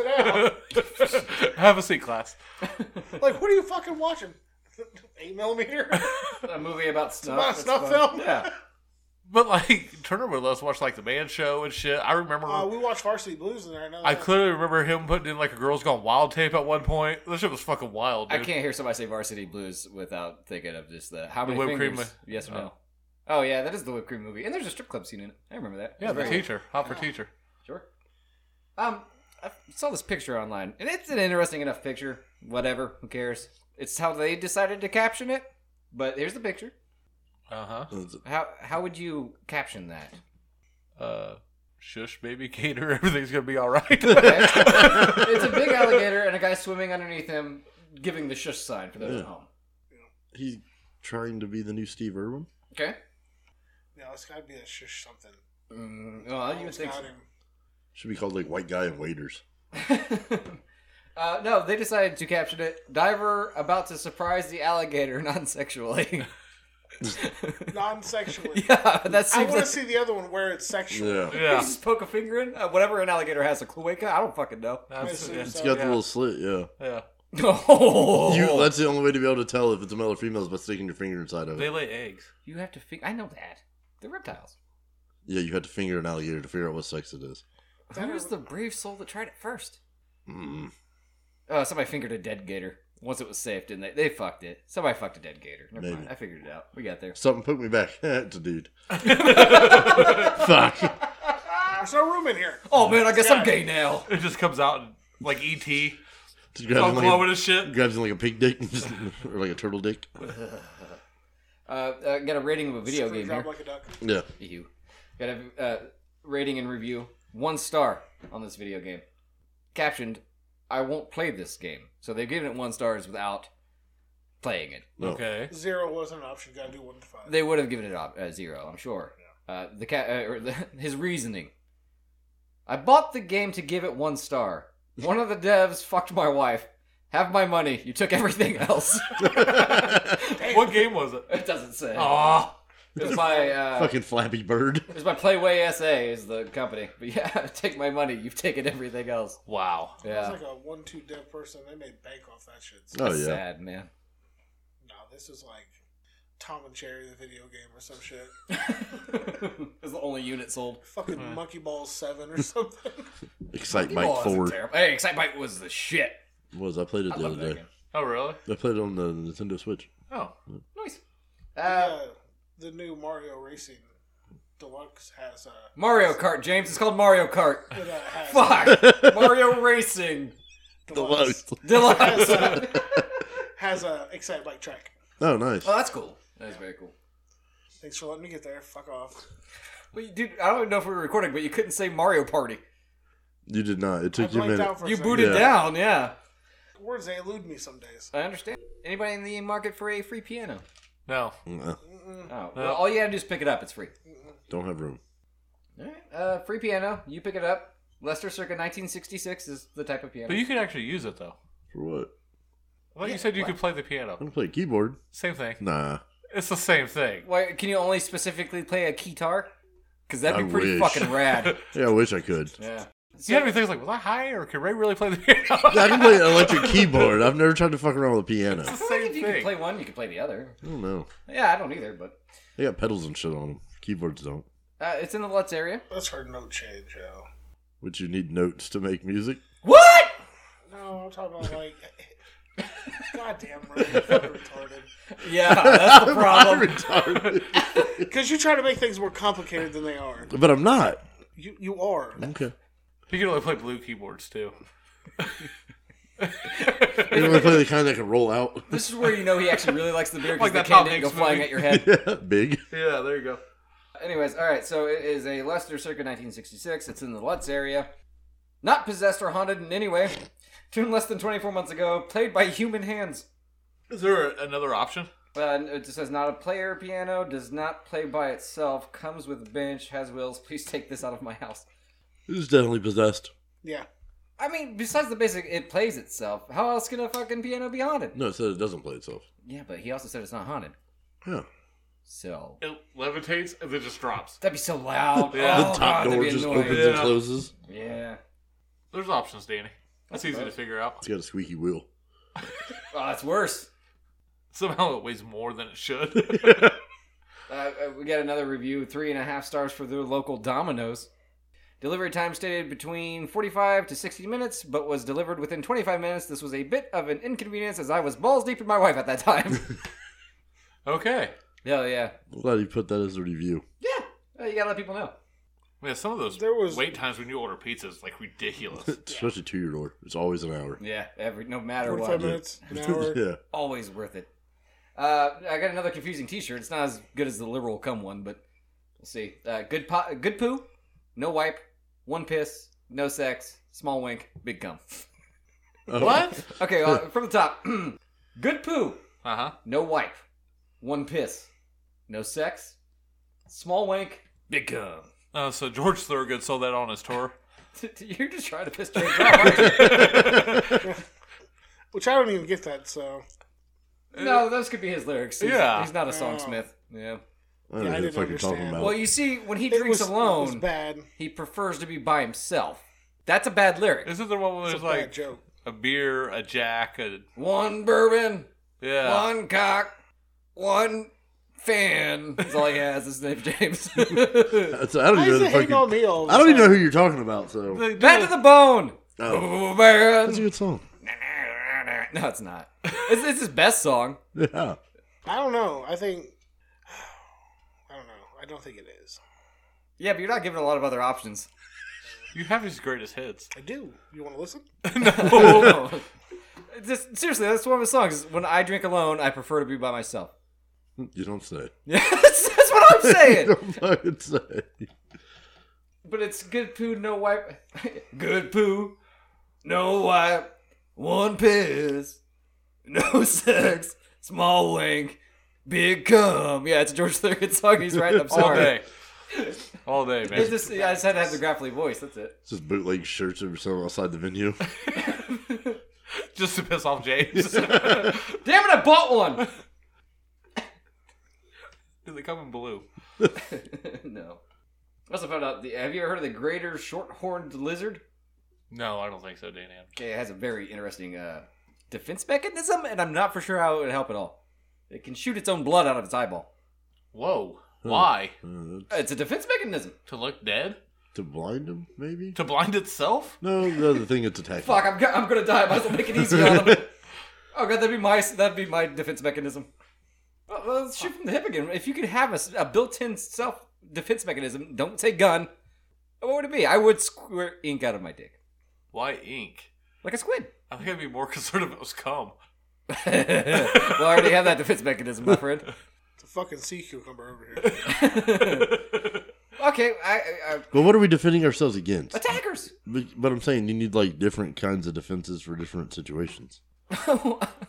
S2: sit down.
S5: Have a seat, class.
S2: Like, what are you fucking watching? eight millimeter.
S1: Um, A movie about snuff.
S2: about a
S1: That's
S2: snuff
S1: fun.
S2: film?
S1: Yeah.
S5: But like Turner would let us watch like the Man Show and shit. I remember.
S4: Oh,
S1: Um,
S2: uh, we watched Varsity Blues in there. I know.
S5: I
S2: that.
S5: clearly remember him putting in like a Girls Gone Wild tape at one point. This shit was fucking wild.
S1: I
S5: Dude.
S1: can't hear somebody say Varsity Blues without thinking of just the how many
S5: whipped cream
S1: fingers.
S5: mo-
S1: yes or no? Oh yeah, that is the whipped cream movie, and there's a strip club scene in it. I remember Oh. that.
S5: Yeah,
S1: It's
S5: the
S1: very-
S5: teacher, hot for teacher.
S1: Sure. Um, I saw this picture online, and it's an interesting enough picture. Whatever, who cares? It's how they decided to caption it. But here's the picture.
S5: Uh huh.
S1: How how would you caption that?
S5: uh, shush, baby gator, everything's gonna be all right.
S1: Okay. it's a big alligator and a guy swimming underneath him, giving the shush sign for those at
S4: Yeah.
S1: home.
S4: He's trying to be the new Steve Irwin.
S1: Okay.
S2: No, it's got to be a shush something.
S1: Mm, well, you would
S2: It's
S1: think.
S2: got
S1: so.
S2: him.
S4: Should be called like White Guy and Waiters.
S1: uh, no, they decided to caption it. Diver about to surprise the alligator non-sexually.
S2: non-sexually.
S1: yeah, that
S2: I
S1: seems.
S2: want to
S1: like-
S2: see the other one where it's sexual.
S4: Yeah.
S1: You
S5: yeah.
S1: just poke a finger in uh, whatever an alligator has a cloaca. I don't fucking know.
S5: That's, yeah.
S4: It's got the
S5: Yeah.
S4: little slit, yeah.
S5: yeah.
S1: Oh,
S4: You, that's the only way to be able to tell if it's a male or female is by sticking your finger inside of
S5: They
S4: it.
S5: lay eggs.
S1: You have to. Fi- I know that they're reptiles.
S4: Yeah, you had to finger an alligator to figure out what sex it is.
S1: Who was the brave soul that tried it first?
S4: Mm.
S1: Oh, somebody fingered a dead gator. Once it was safe, didn't they? They fucked it. Somebody fucked a dead gator. Never
S4: Maybe.
S1: mind. I figured it out. We got there.
S4: Something put me back. it's a dude. Fuck.
S2: There's no room in here.
S1: Oh man, I guess I'm gay now.
S5: It just comes out and, like ET, it's
S4: Just
S5: all
S4: grabs, him
S5: glowing
S4: like
S5: and
S4: a,
S5: shit.
S4: grabs him like a pig dick, and just, or like a turtle dick.
S1: Uh, uh, got a rating of a video game
S2: Drop
S1: here.
S2: like a duck.
S4: Yeah.
S1: Ew. Got a uh, rating and review. One star on this video game. Captioned, I won't play this game. So they've given it one stars without playing it.
S4: No.
S5: Okay.
S2: Zero wasn't an option. You got to do one to five.
S1: They would have given it a a zero, I'm sure. Uh, the cat, uh, or the, his reasoning. I bought the game to give it one star. One of the devs fucked my wife. Have my money. You took everything else.
S5: What game was it?
S1: it doesn't say.
S5: Aw.
S1: It's by uh,
S4: Fucking Flappy Bird.
S1: it's by Playway SA is the company. But yeah, take my money. You've taken everything else.
S5: Wow.
S1: Yeah.
S2: It's like a one-two dev person. They made bank off that shit. So,
S4: Oh yeah.
S1: sad, man.
S2: no, this is like Tom and Jerry, the video game, or some shit.
S1: it's the only unit sold.
S2: Fucking
S1: Hmm.
S2: Monkey Ball Seven
S1: Uh,
S2: or something.
S4: Excite
S1: Oh,
S4: Mike Ford.
S1: Hey, Excite Bike was the shit.
S4: Was I played it
S1: I
S4: the
S1: love
S4: other
S1: that
S4: day?
S1: game.
S5: Oh really?
S4: I played it on the Nintendo Switch.
S5: Oh.
S1: Nice. Uh,
S2: yeah, the new Mario Racing Deluxe has a.
S1: Mario Kart, James. It's called Mario Kart.
S2: It, uh, has
S1: Fuck. Mario Racing.
S2: Deluxe,
S1: Deluxe.
S2: has a Excite Bike track.
S4: Oh, nice.
S1: oh, that's cool. That's very cool.
S2: Thanks for letting me get there. Fuck off.
S1: Well, you- dude, I don't even know if we were recording, but you couldn't say Mario Party.
S4: You did not. It
S2: I
S4: took you a
S2: blanked
S4: minute.
S2: out for
S1: You
S2: a second.
S1: booted
S4: Yeah.
S1: down, yeah.
S2: Words they elude me some days.
S1: I understand. Anybody in the market for a free piano?
S5: No.
S4: Uh,
S1: Oh, well, all you gotta do is pick it up. It's free.
S4: Don't have room.
S1: All right, uh, free piano. You pick it up. Lester circa 1966 is the type of piano.
S5: But you could actually use it though.
S4: For what?
S5: I thought you said you could play the
S4: I'm
S5: piano.
S4: gonna play keyboard.
S5: Same thing.
S4: Nah.
S5: It's the same thing.
S1: Why can you only specifically play a guitar? Because that'd be
S4: I
S1: pretty
S4: wish.
S1: fucking rad.
S4: Yeah, I wish I could.
S1: yeah.
S5: You had me thinking like, was I high or could Ray really play the piano?
S4: I can play an electric keyboard. I've never tried to fuck around with a piano.
S5: It's
S4: I
S5: the
S1: I think
S5: same
S1: if you can play
S5: thing.
S1: one, you can play the other.
S4: don't know.
S1: Yeah, I don't either, but
S4: They got pedals and shit on them. Keyboards don't.
S1: uh, it's in the Lutz area.
S2: That's her note change, yo.
S4: Which you need notes to make music.
S1: What?
S2: No, I'm talking about like. Goddamn, Ray, you're fucking retarded.
S1: Yeah, that's the problem.
S4: retarded.
S2: Because you try to make things more complicated than they are.
S4: but I'm not.
S2: You you are.
S4: Okay.
S5: You can only play blue keyboards too.
S4: You want to play the kind that can roll out?
S1: this is where you know he actually really likes the beer because
S5: Like
S1: the
S5: that Tom
S1: can didn't go
S5: Hanks
S1: flying
S5: movie.
S1: at your head.
S4: Big.
S5: Yeah, there you go.
S1: Anyways, all right. So it is a Lester circa 1966. It's in the Lutz area. Not possessed or haunted in any way. Tuned less than 24 months ago. Played by human hands.
S5: Is there a- another option?
S1: Uh, it just says not a player piano, does not play by itself, comes with a bench, has wheels. Please take this out of my house.
S4: Who's definitely possessed?
S2: Yeah.
S1: I mean, besides the basic, it plays itself. How else can a fucking piano be haunted?
S4: No, it said it doesn't play itself.
S1: Yeah, but he also said it's not haunted.
S4: Yeah.
S1: So
S5: It levitates and then just drops.
S1: that'd be so loud.
S5: Yeah.
S1: Oh,
S4: the top
S1: God, that'd
S4: door
S1: be
S4: just
S1: annoying.
S4: opens and
S5: Yeah.
S4: closes.
S1: Yeah.
S5: There's options, Danny. That's easy to figure out.
S4: It's got a squeaky wheel.
S1: Oh, that's worse.
S5: Somehow it weighs more than it should.
S1: Uh, uh, we got another review, three and a half stars for their local Domino's. Delivery time stated between 45 to 60 minutes, but was delivered within 25 minutes. This was a bit of an inconvenience as I was balls deep in my wife at that time.
S5: okay.
S1: yeah, yeah.
S4: I'm glad you put that as a review.
S1: Yeah. Uh, You gotta let people know.
S5: Yeah, some of those
S2: There was-
S5: wait times when you order pizza is like ridiculous.
S4: Especially two year old. It's always an hour.
S1: Yeah, every no matter what.
S2: 45 minutes, an hour.
S4: yeah.
S1: Always worth it. Uh, I got another confusing t shirt. It's not as good as the liberal cum one, but we'll see. Uh, good, po- good poo, no wipe, one piss, no sex, small wink, big cum.
S4: Oh,
S5: what?
S1: Okay, uh, from the top. good poo,
S5: Uh huh.
S1: no wipe, one piss, no sex, small wink, big cum.
S5: Uh, so George Thorogood sold that on his tour.
S1: You're just trying to piss James off. aren't you?
S2: Which I don't even get that, so.
S1: no, those could be his lyrics. He's,
S5: Yeah.
S1: he's not a songsmith. Yeah.
S4: I don't know
S2: I
S4: what the
S2: didn't
S4: fuck you're talking
S2: understand.
S4: about.
S1: Well, you see, when he drinks
S2: was, It was
S1: alone,
S2: bad.
S1: he prefers to be by himself. That's a bad lyric.
S5: Isn't there one where
S2: It's
S5: there's
S2: a bad
S5: like
S2: joke.
S5: a beer, a jack, a
S1: One bourbon,
S5: yeah?
S1: one cock, one fan. That's all he has. His name James.
S4: That's- I don't
S2: Why
S4: even know
S2: is
S4: the
S2: it hating on
S4: fucking.
S2: me all of a
S4: I don't even know
S2: sudden?
S4: who you're talking about. So
S5: They do
S1: Back to the bone.
S4: Oh.
S1: Oh,
S4: that's
S1: man.
S4: a good song.
S1: No, it's not. It's, it's his best song.
S4: Yeah.
S2: I don't know. I think. I don't know. I don't think it is.
S1: Yeah, but you're not given a lot of other options.
S5: You have his greatest hits.
S2: I do. You want to listen?
S1: Oh. Just, seriously, that's one of his songs. is, When I drink alone, I prefer to be by myself.
S4: You don't say.
S1: Yeah, that's, that's what I'm
S4: You
S1: saying.
S4: don't fucking say.
S1: But it's good poo, no wipe. good poo, no wipe. One piss, no sex, small wink, big cum. Yeah, it's a George Thorogood song he's writing. I'm
S5: All
S1: sorry.
S5: day, all day, man.
S1: It's just, I just had to have the gravelly voice. That's it.
S4: It's just bootleg shirts of someone outside the venue.
S5: just to piss off James.
S1: Damn it, I bought one.
S5: Do they come in blue?
S1: no. I also found out. The, have you ever heard of the greater short-horned lizard?
S5: No, I don't think so, Dan.
S1: Okay, it has a very interesting uh, defense mechanism, and I'm not for sure how it would help at all. It can shoot its own blood out of its eyeball.
S5: Whoa,
S2: Hmm.
S5: why?
S4: Uh,
S1: It's a defense mechanism.
S5: To look dead?
S4: to blind him, maybe?
S5: To blind itself?
S4: No, the other thing it's attacking.
S1: Fuck, I'm, go- I'm gonna die. I might as well make it easy on him. Oh god, that'd be my that'd be my defense mechanism. Well, well, let's shoot from the hip again. If you could have a, s- a built-in self defense mechanism, don't say gun. What would it be? I would squirt ink out of my dick
S5: Why ink?
S1: like a squid.
S5: I think I'd be more concerned if it was cum.
S1: well, I already have that defense mechanism, my friend.
S2: It's a fucking sea cucumber over here.
S1: Okay, I, I, I,
S4: But what are we defending ourselves against?
S1: attackers.
S4: But, but I'm saying you need like different kinds of defenses for different situations.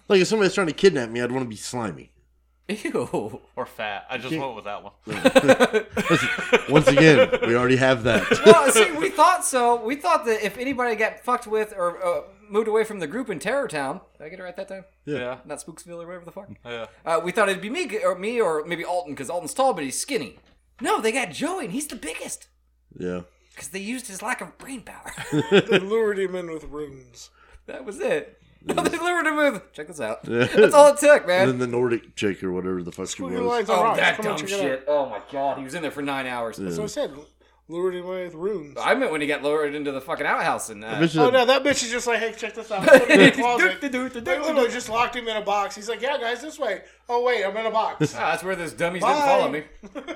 S4: Like if somebody's trying to kidnap me, I'd want to be slimy.
S1: Ew.
S5: Or fat. I just went with that one.
S4: Once again, we already have that.
S1: Well, see, we thought so. We thought that if anybody got fucked with or uh, moved away from the group in Terror Town, did I get it right that time?
S5: Yeah.
S1: Not Spooksville or whatever the fuck.
S5: Yeah.
S1: Uh, we thought it'd be me or me or maybe Alton because Alton's tall but he's skinny. No, they got Joey and he's the biggest
S4: yeah.
S1: because they used his lack of brain power.
S2: they lured him in with runes.
S1: that was it. No, they lured him with. Check this out. That's all it took,
S4: And
S1: man.
S4: then the Nordic chick or whatever the fuck she
S2: Put your
S4: was.
S2: lines on
S1: Oh,
S2: rocks.
S1: that
S2: Come on,
S1: dumb
S2: check it out.
S1: shit. Oh my god, he was in there for nine hours.
S2: So I said, lured him away with runes.
S1: I meant when he got lowered into the fucking outhouse and.
S4: I
S1: Uh,
S4: bet you
S2: Oh
S4: that-
S2: no, that bitch is just like, hey, check this out. Put him in the closet. They literally
S1: Ah,
S2: just locked him in a box. He's like, yeah, guys, this way. Oh wait, I'm in a box.
S1: Ah, that's where those dummies
S2: Bye.
S1: didn't follow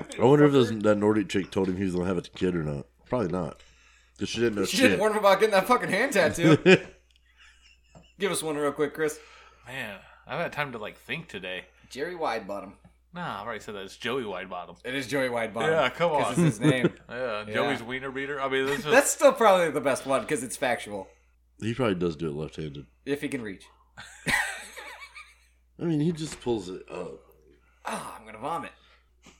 S1: me.
S4: I wonder if those, that Nordic chick told him he was gonna have a kid or not. Probably not, because she didn't know
S1: She
S4: shit.
S1: didn't warn him about getting that fucking hand tattoo. Give us one real quick, Chris.
S5: Man, I've had time to like think today.
S1: Jerry Widebottom.
S5: Nah, I've already said that. It's Joey Widebottom.
S1: It is Joey Widebottom.
S5: Yeah, come
S1: 'cause
S5: on.
S1: It's his name.
S5: Yeah, Joey's wiener beater. I mean, this is
S1: That's still probably the best one because it's factual.
S4: he probably does do it left-handed.
S1: If he can reach.
S4: I mean, he just pulls it up,
S1: Oh, I'm gonna vomit.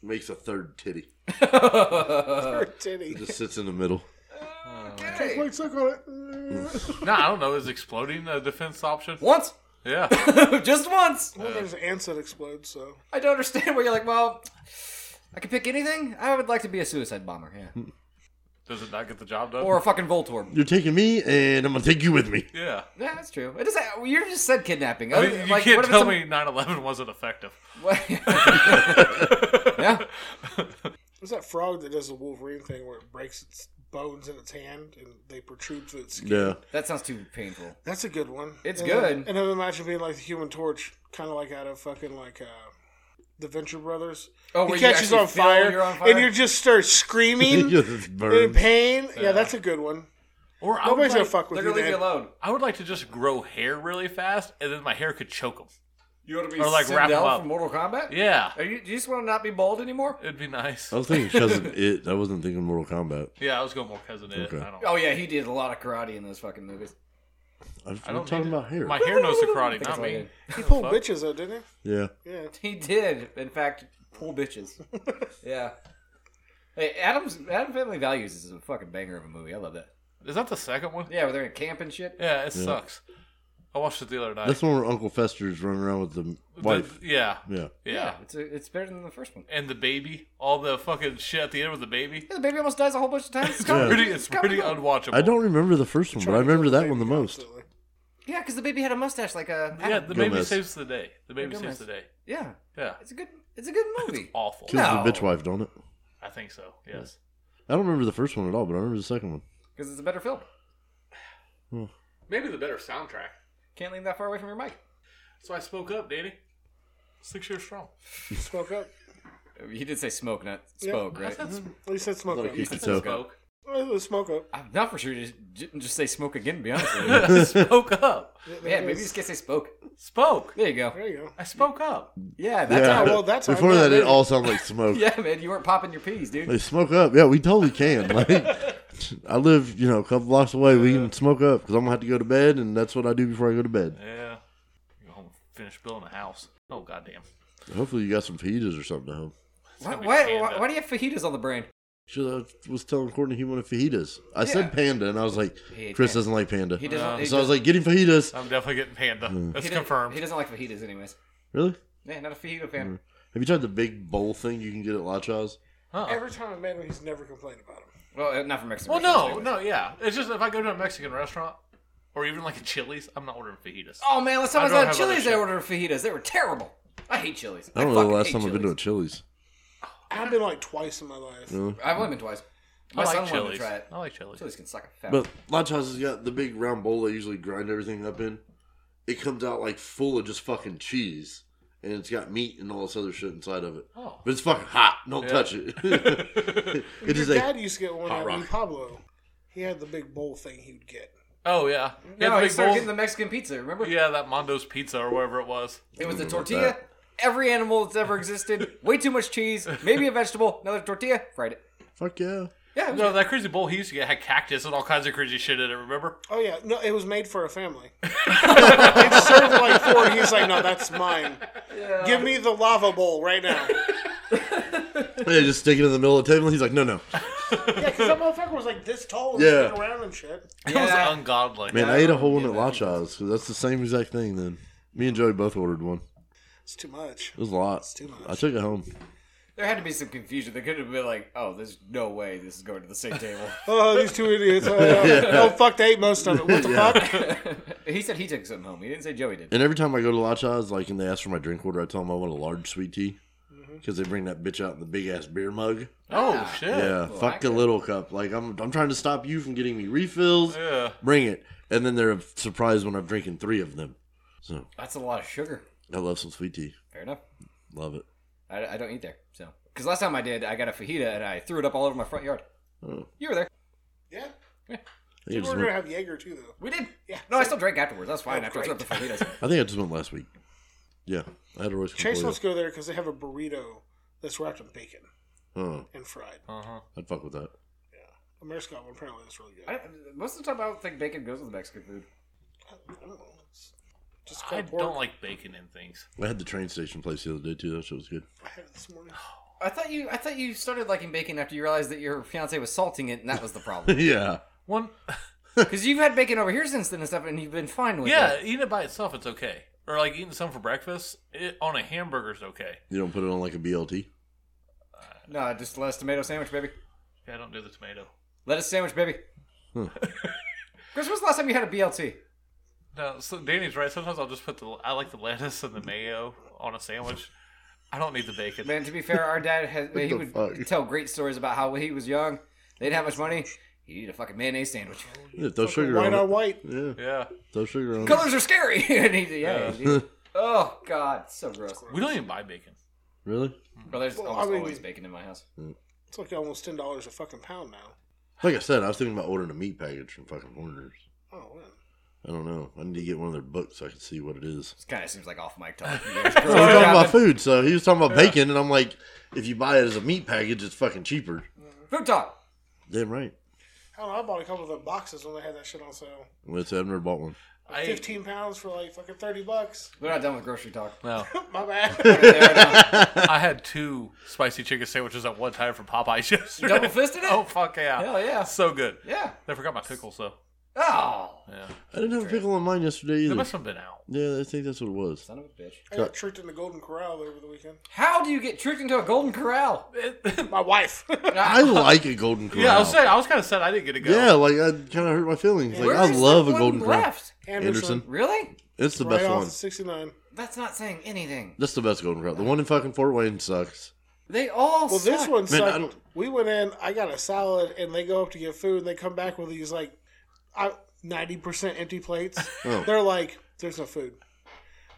S4: makes a third titty,
S2: Titty.
S4: just sits in the middle.
S1: Okay.
S2: Wait, suck on it.
S5: no, I don't know. Is exploding a defense option?
S1: Once,
S5: Yeah,
S1: just once.
S2: Well, there's ants that explode, so
S1: I don't
S5: Hmm.
S1: understand where you're like. Well, I could pick anything. I would like to be a suicide bomber. Yeah.
S5: Does it not get the job done?
S1: or a fucking Voltorb.
S4: You're taking me, and I'm gonna take you with me.
S5: yeah.
S1: Yeah, that's true. It just you just said kidnapping.
S5: I
S1: Other-
S5: mean, you
S1: like,
S5: can't
S1: what if
S5: tell
S1: it's
S5: me 9 11 wasn't effective.
S1: a- yeah,
S2: What's that frog that does the Wolverine thing where it breaks its bones in its hand and they protrude through its skin?
S4: Yeah.
S1: that sounds too painful.
S2: That's a good one.
S1: It's
S2: and
S1: good.
S2: Then, and then imagine being like the Human Torch, kind of like out of fucking like uh, the Venture Brothers.
S1: Oh,
S2: he
S1: where you
S2: catches
S1: actually
S2: on
S1: feel
S2: fire,
S1: you're on fire?
S2: and you just start screaming
S4: Yes, it's
S2: in
S4: burned.
S2: pain. Yeah. that's a good one.
S5: Or I would,
S2: Nobody's gonna
S5: like,
S2: fuck
S1: They're
S2: with
S1: gonna
S2: you,
S1: leave you
S2: man.
S1: alone.
S5: I would like to just grow hair really fast, and then my hair could choke them.
S1: You want to be
S5: Or, like, wrap 'em
S1: Sindel
S5: up.
S1: from Mortal Kombat?
S5: Yeah.
S1: Are you, do you just want to not be bald anymore?
S5: It'd be nice.
S4: I was thinking because of it. I wasn't thinking Mortal Kombat.
S5: Yeah, I was going more cousin Ed.
S4: Okay.
S5: I don't
S1: Oh yeah, he did a lot of karate in those fucking movies.
S4: I'm,
S5: I don't
S4: I'm talking
S5: need it.
S4: about hair.
S5: My hair knows the karate,
S1: That's
S5: not
S1: all I
S5: me.
S1: did.
S2: He pulled bitches though, didn't
S4: Yeah.
S2: he? Yeah.
S1: He did, in fact, pull bitches. yeah. Hey, Adam's Adam Family Values is a fucking banger of a movie. I love that.
S5: Is that the second one?
S1: Yeah, where they're in camp and shit.
S5: Yeah, it sucks. I watched it the other night.
S4: That's the one where Uncle Fester's running around with the
S5: The-
S4: wife.
S5: yeah,
S4: Yeah.
S5: yeah.
S1: it's a, it's better than the first one.
S5: And the baby, all the fucking shit at the end with the baby.
S1: Yeah, the baby almost dies a whole bunch of times. It's
S4: Yeah.
S5: Pretty, it's
S1: kinda
S5: pretty
S1: good.
S5: unwatchable.
S4: I don't remember the first one, but I remember that one the most.
S2: Absolutely.
S1: Yeah, because the baby had a mustache like a
S5: Yeah, the baby
S4: Gomez.
S5: saves the day. The baby
S1: Gomez.
S5: saves the day.
S1: yeah.
S5: Yeah,
S1: It's a good it's a good movie.
S5: awful.
S4: Kills
S1: No.
S4: the bitch wife, don't it?
S5: I think so. Yes.
S4: I don't remember the first one at all, but I remember the second one.
S1: Because it's a better film.
S5: Maybe the better soundtrack.
S1: Can't lean that far away from your mic.
S5: So I spoke up, Danny. Six years strong.
S2: Smoke up.
S1: He did say smoke, not spoke, right?
S2: At least that's smoke up.
S4: You could tell.
S5: Spoke.
S2: Well, it's Smoke up.
S1: I'm not for sure. Just, just say smoke again. To be honest with you.
S5: spoke up.
S1: yeah, maybe just get say spoke.
S5: Spoke.
S1: There you go.
S2: There you go.
S5: I spoke up.
S1: Yeah, that's
S4: Yeah.
S1: how.
S2: well, that's how I
S4: Before
S2: know,
S4: that, it
S2: maybe.
S4: all sounded like smoke.
S1: Yeah, man, you weren't popping your peas, dude.
S4: They smoke up. Yeah, we totally can. Like, I live, you know, a couple blocks away. We can smoke up because I'm gonna have to go to bed, and that's what I do before I go to bed.
S5: Yeah. Go home, and finish building a house. Oh goddamn.
S4: Hopefully, you got some fajitas or something at home.
S1: Why,
S5: gotta be
S1: why,
S5: canned
S1: why,
S5: up.
S1: why do you have fajitas on the brain?
S4: Should I was telling Courtney he wanted fajitas. I said panda, and I was like,
S1: He-
S4: Chris doesn't like panda.
S1: He doesn't. he,
S4: so I was
S1: doesn't
S4: like, getting fajitas.
S5: I'm definitely getting panda. That's
S1: he doesn't-
S5: confirmed.
S1: He doesn't like fajitas, anyways.
S4: Really?
S1: Yeah, not a fajita fan.
S4: Have you tried the big bowl thing you can get at La Cha's?
S2: Every time I've met him, he's never complained about him.
S1: Well, uh, not from Mexico.
S5: Well, no, no, yeah. It's just if I go to a Mexican restaurant or even like a Chili's, I'm not ordering fajitas.
S1: Oh man, last time
S5: I
S1: I, was
S5: don't
S1: at
S5: have other
S1: Chili's, I
S5: shit.
S1: ordered fajitas. They were terrible. I hate Chili's.
S4: I don't know the
S1: fucking
S4: last
S1: hate
S4: time I've been to a
S1: Chili's.
S4: Chili's.
S2: I've been like twice in my life.
S1: I've only been twice. My
S5: I
S1: son wanted
S5: like
S1: to
S5: Chili's.
S1: try it.
S5: I like Chili's.
S1: Chili's can suck a fat.
S4: But La Cha's has got the big round bowl they usually grind everything up in. It comes out like full of just fucking cheese. And it's got meat and all this other shit inside of it.
S5: Oh.
S4: But it's fucking hot. Don't touch it. it
S2: Your
S4: is
S2: dad
S4: a.
S2: used to get one
S4: hot
S2: at
S4: rock.
S2: Mi Pablo. He had the big bowl thing he would get.
S5: Oh yeah.
S1: no,
S5: Yeah, the
S1: he
S5: big
S1: started
S5: bowl-
S1: getting the Mexican pizza. Remember?
S5: yeah, that Mondo's pizza or whatever it was.
S1: It was a
S4: Remember
S1: tortilla.
S4: that.
S1: Every animal that's ever existed. way too much cheese. Maybe a vegetable. Another tortilla. Fried it.
S4: Fuck yeah.
S1: Yeah. it was
S5: No, that crazy bowl he used to get had cactus and all kinds of crazy shit in it. Remember?
S2: Oh yeah, no, it was made for a family. it served like four. And he's like, no, that's mine. Give me the lava bowl right now.
S4: They just stick it in the middle of the table. And he's like, no, no.
S2: Yeah, because that motherfucker was like this tall and
S4: Yeah.
S2: sitting around and shit.
S5: It
S1: Yeah.
S5: was ungodly.
S4: Man, I ate a whole one at La Cha's. 'cause that's the same exact thing then. Me and Joey both ordered one.
S2: It's too much.
S4: It was a lot.
S2: too much.
S4: I took it home.
S1: There had to be some confusion. They could have been like, "Oh, there's no way this is going to the same table."
S2: Oh, these two idiots. Oh, yeah. oh fuck, they ate most of it. What the fuck?
S1: he said he took something home. He didn't say Joey did.
S4: And every time I go to La Cha's, like, and they ask for my drink order, I tell them I want a large sweet tea. Because they bring that bitch out in the big ass beer mug.
S5: Oh shit.
S4: Yeah, fuck the little cup. Like I'm, I'm trying to stop you from getting me refills.
S5: Yeah.
S4: Bring it, and then they're surprised when I'm drinking three of them. So
S1: That's a lot of sugar.
S4: I love some sweet tea.
S1: Fair enough.
S4: Love it.
S1: I, I don't eat there, so because last time I did, I got a fajita and I threw it up all over my front yard. You were there.
S2: Yeah,
S4: Oh, I think I
S2: we're
S4: just
S2: gonna
S4: went,
S2: have Jaeger too, though.
S1: We did.
S2: Yeah.
S1: No, I still drank afterwards. That's fine.
S2: Oh,
S1: after I threw up the fajitas.
S4: I think I just went last week. Yeah, I had a roast.
S2: Chase
S4: Concordia.
S2: wants to go there because they have a burrito that's wrapped in bacon
S4: Oh,
S2: and fried.
S5: Uh-huh.
S4: I'd fuck with that.
S2: A Mexican one, apparently, that's really good.
S1: I, most of the time, I don't think bacon goes with Mexican food.
S2: I don't know. It's Just
S5: I
S2: kind of
S5: don't like bacon in things.
S4: I had the train station place the other day too. That shit was good.
S2: I had it this morning.
S1: I thought you, I thought you started liking bacon after you realized that your fiance was salting it, and that was the problem.
S4: yeah,
S5: One.
S1: Because you've had bacon over here since then and stuff, and you've been fine with
S5: Yeah,
S1: it.
S5: eating it by itself, it's okay. Or like eating some for breakfast it, on a hamburger's okay.
S4: you don't put it on like a BLT.
S1: No, just less tomato sandwich, baby.
S5: Yeah, I don't do the tomato.
S1: Lettuce sandwich, baby.
S4: Hmm.
S1: Chris, when's the last time you had a BLT?
S5: No, so Danny's right. Sometimes I'll just put the I like the lettuce and the mayo on a sandwich. I don't need the bacon.
S1: Man, to be fair, our dad has, he
S4: the
S1: would
S4: fuck?
S1: tell great stories about how when he was young, they'd have much money. He'd eat a fucking mayonnaise sandwich.
S4: Yeah, throw sugar
S2: White
S4: on it.
S2: on white.
S4: Yeah,
S5: Yeah,
S4: throw sugar on it.
S1: Colors are scary. and he, yeah,
S5: Yeah.
S1: he'd eat it. Oh God, it's so gross.
S5: we don't even buy bacon.
S4: Really?
S1: Bro, there's
S2: Well, I
S1: almost
S2: mean-
S1: always bacon in my house.
S2: It's like almost ten dollars a fucking pound now.
S4: Like I said, I was thinking about ordering a meat package from fucking Warner's.
S2: Oh man.
S4: I don't know. I need to get one of their books so I can see what it is.
S1: It kind of seems like off mic talk. You guys. Gross.
S4: So we're talking about
S1: Food
S4: food. So he was talking about bacon, and I'm like, if you buy it as a meat package, it's fucking cheaper.
S1: talk.
S4: Damn right.
S2: I don't know. I bought a couple of the boxes when they had that shit on sale.
S4: Well, it's- I've never bought one.
S5: I
S2: Fifteen pounds for like fucking thirty bucks.
S1: We're not done with grocery talk.
S5: no,
S2: My bad.
S1: They are done.
S5: I had two spicy chicken sandwiches at one time from Popeyes yesterday.
S1: Double fisted it?
S5: Oh fuck yeah!
S1: Hell yeah.
S5: so good.
S1: Yeah.
S5: They forgot my pickles though.
S1: Oh,
S5: Yeah,
S4: I didn't have a pickle on mine yesterday
S5: they
S4: either.
S5: must have been out.
S4: Yeah, I think that's what it was.
S1: son of a bitch.
S2: I got tricked in the Golden Corral over the weekend.
S1: How do you get tricked into a golden corral?
S2: My wife.
S4: I like a golden corral.
S5: Yeah, I was saying I was kind of sad I didn't get to go.
S4: Yeah, like I kind of hurt my feelings. Like
S1: Where
S4: I
S1: is
S4: love a
S1: that one
S4: golden corral.
S1: left?
S4: Anderson,
S1: Really?
S4: it's the
S2: Right
S4: best
S2: off
S4: one.
S2: of 69.
S1: That's not saying anything.
S4: That's the best golden corral. The one in fucking Fort Wayne sucks.
S1: They all
S2: Well, this
S1: suck.
S2: one
S4: Man, I
S2: sucked.
S4: don't-
S2: we went in, I got a salad, and they go up to get food, and they come back with these like I- 90% empty plates.
S4: Oh.
S2: They're like, there's no food.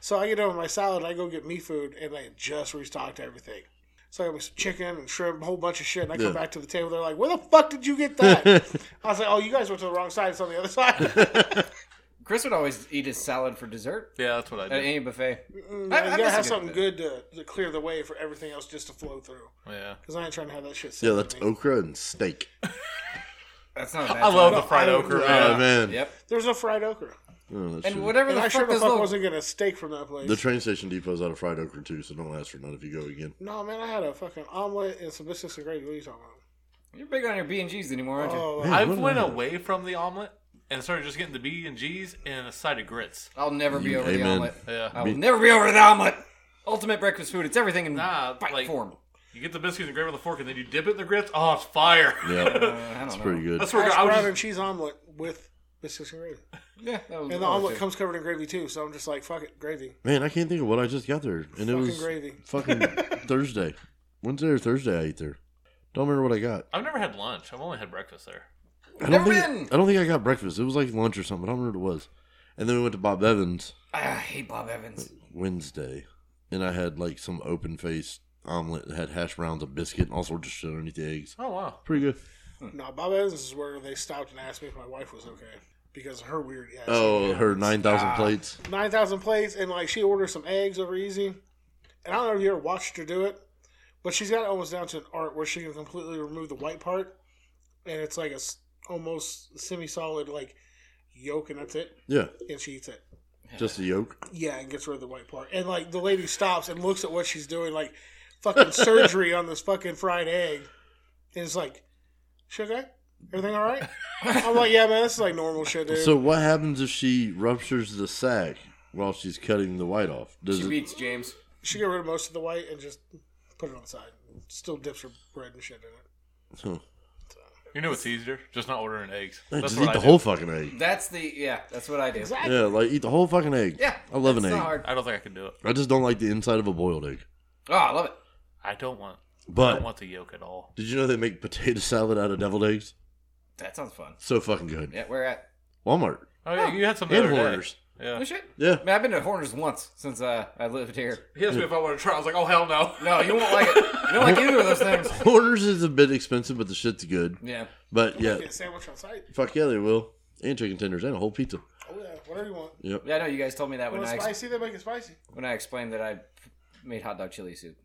S2: So I get over my salad, and I go get me food, and they had just restocked everything. So I got me some chicken and shrimp, a whole bunch of shit, and I come
S4: Yeah.
S2: back to the table. They're like, where the fuck did you get that? I was like, oh, you guys went to the wrong side. It's on the other side.
S1: Chris would always eat his salad for dessert
S5: yeah, that's what I
S1: at
S5: did.
S1: any buffet.
S2: Mm, you
S1: I- I
S2: gotta
S1: miss a
S2: have
S1: good
S2: something
S1: bit.
S2: good to, to clear the way for everything else just to flow through.
S5: Yeah,
S2: Because I ain't trying to have that shit set
S4: Yeah,
S2: on
S4: that's
S2: me.
S4: okra and steak.
S1: That's not a bad
S5: I love
S1: time.
S5: the fried
S2: I-
S5: okra.
S4: Oh
S5: Yeah.
S4: man.
S1: Yep.
S2: There's no fried okra.
S4: Oh, that's
S1: And
S4: true.
S1: whatever
S2: And
S1: the
S2: I sure
S1: fuck
S2: the
S1: those
S2: fuck
S1: little
S2: wasn't getting a steak from that place.
S4: The train station depot's out of fried okra too, so don't ask for none if you go again.
S2: no, man, I had a fucking omelet and some biscuits and gravy. What are you talking
S1: You're big on your B and G's anymore, aren't
S2: about?
S1: you?
S2: Oh,
S5: I went away from the omelet and started just getting the B and G's and a side of grits.
S1: I'll never be
S4: You-
S1: over the
S4: amen.
S1: omelet.
S5: Yeah.
S1: I will never be over the omelet. Ultimate breakfast food. It's everything in
S5: Nah,
S1: bite
S5: like-
S1: form.
S5: You get the biscuits and gravy with a fork, and then you dip it in the grits. Oh, it's fire!
S4: Yeah,
S1: Uh, I don't know.
S4: pretty good.
S5: That's where
S2: hash
S5: I was.
S2: brown
S5: just-
S2: and cheese omelet with biscuits and gravy.
S1: Yeah, that was
S2: And the
S5: Oh,
S2: omelet comes covered in gravy too, so I'm just like, fuck it, gravy.
S4: Man, I can't think of what I just got there, and it
S2: Fucking
S4: was
S2: gravy.
S4: fucking Thursday, Wednesday or Thursday. I ate there. Don't remember what I got.
S5: I've never had lunch. I've only had breakfast there.
S4: I don't
S1: Never
S4: think
S1: been.
S4: I don't think I got breakfast. It was like lunch or something. I don't remember what it was. And then we went to Bob Evans
S1: Ah, I hate Bob Evans.
S4: Wednesday, and I had like some open faced omelet that had hash browns, a biscuit, and all sorts of shit underneath the eggs.
S5: Oh wow!
S4: Pretty good.
S2: No, Bob Evans is where they stopped and asked me if my wife was okay because of her weird ass.
S4: Oh, her nine thousand plates.
S2: nine thousand plates, and like she orders some eggs over easy. And I don't know if you ever watched her do it, but she's got it almost down to an art where she can completely remove the white part, and it's like a s- almost semi-solid like yolk, and that's it.
S4: Yeah,
S2: And she eats it.
S4: just the yolk.
S2: Yeah, and gets rid of the white part. And like the lady stops and looks at what she's doing, like fucking surgery on this fucking fried egg, and it's like, she okay? Everything all right? I'm like, yeah, man, this is like normal shit, dude.
S4: So what happens if she ruptures the sac while she's cutting the white off? Does
S1: She
S4: it,
S1: beats James.
S2: She got rid of most of the white and just put it on the side. Still dips her bread and shit in it.
S4: huh.
S5: You know what's easier? Just not ordering eggs.
S4: Man,
S5: That's
S4: just
S5: what
S4: eat
S5: I
S4: the
S5: do.
S4: whole fucking egg.
S1: That's the yeah. That's what I do.
S2: Exactly.
S4: Yeah, like eat the whole fucking egg.
S1: Yeah,
S4: I love an
S1: it's
S4: egg.
S1: not hard.
S5: I don't think I can do it.
S4: I just don't like the inside of a boiled egg.
S1: Oh, I love it.
S5: I don't want. I
S4: But
S5: don't want the yolk at all.
S4: did you know they make potato salad out of deviled eggs?
S1: That sounds fun.
S4: So fucking good.
S1: Yeah, where at?
S4: Walmart
S5: Oh yeah, you had some the
S4: and
S5: other day.
S4: Horners.
S5: Yeah.
S1: No shit.
S4: Yeah.
S1: I mean, I've been to Horners once since uh, I lived here.
S5: He asked me if I wanted to try. I was like, oh hell no.
S1: No, you won't like it. You don't like either of those things.
S4: Horners is a bit expensive, but the shit's good.
S1: Yeah.
S4: But yeah,
S2: Get a sandwich on site.
S4: fuck yeah, they will. And chicken tenders and a whole pizza.
S2: Oh yeah, whatever you want.
S4: Yep.
S1: Yeah, I know you guys told me that
S2: You
S1: when
S2: want
S1: I
S2: it
S1: ex-
S2: spicy? They make it spicy.
S1: when I explained that I made hot dog chili soup.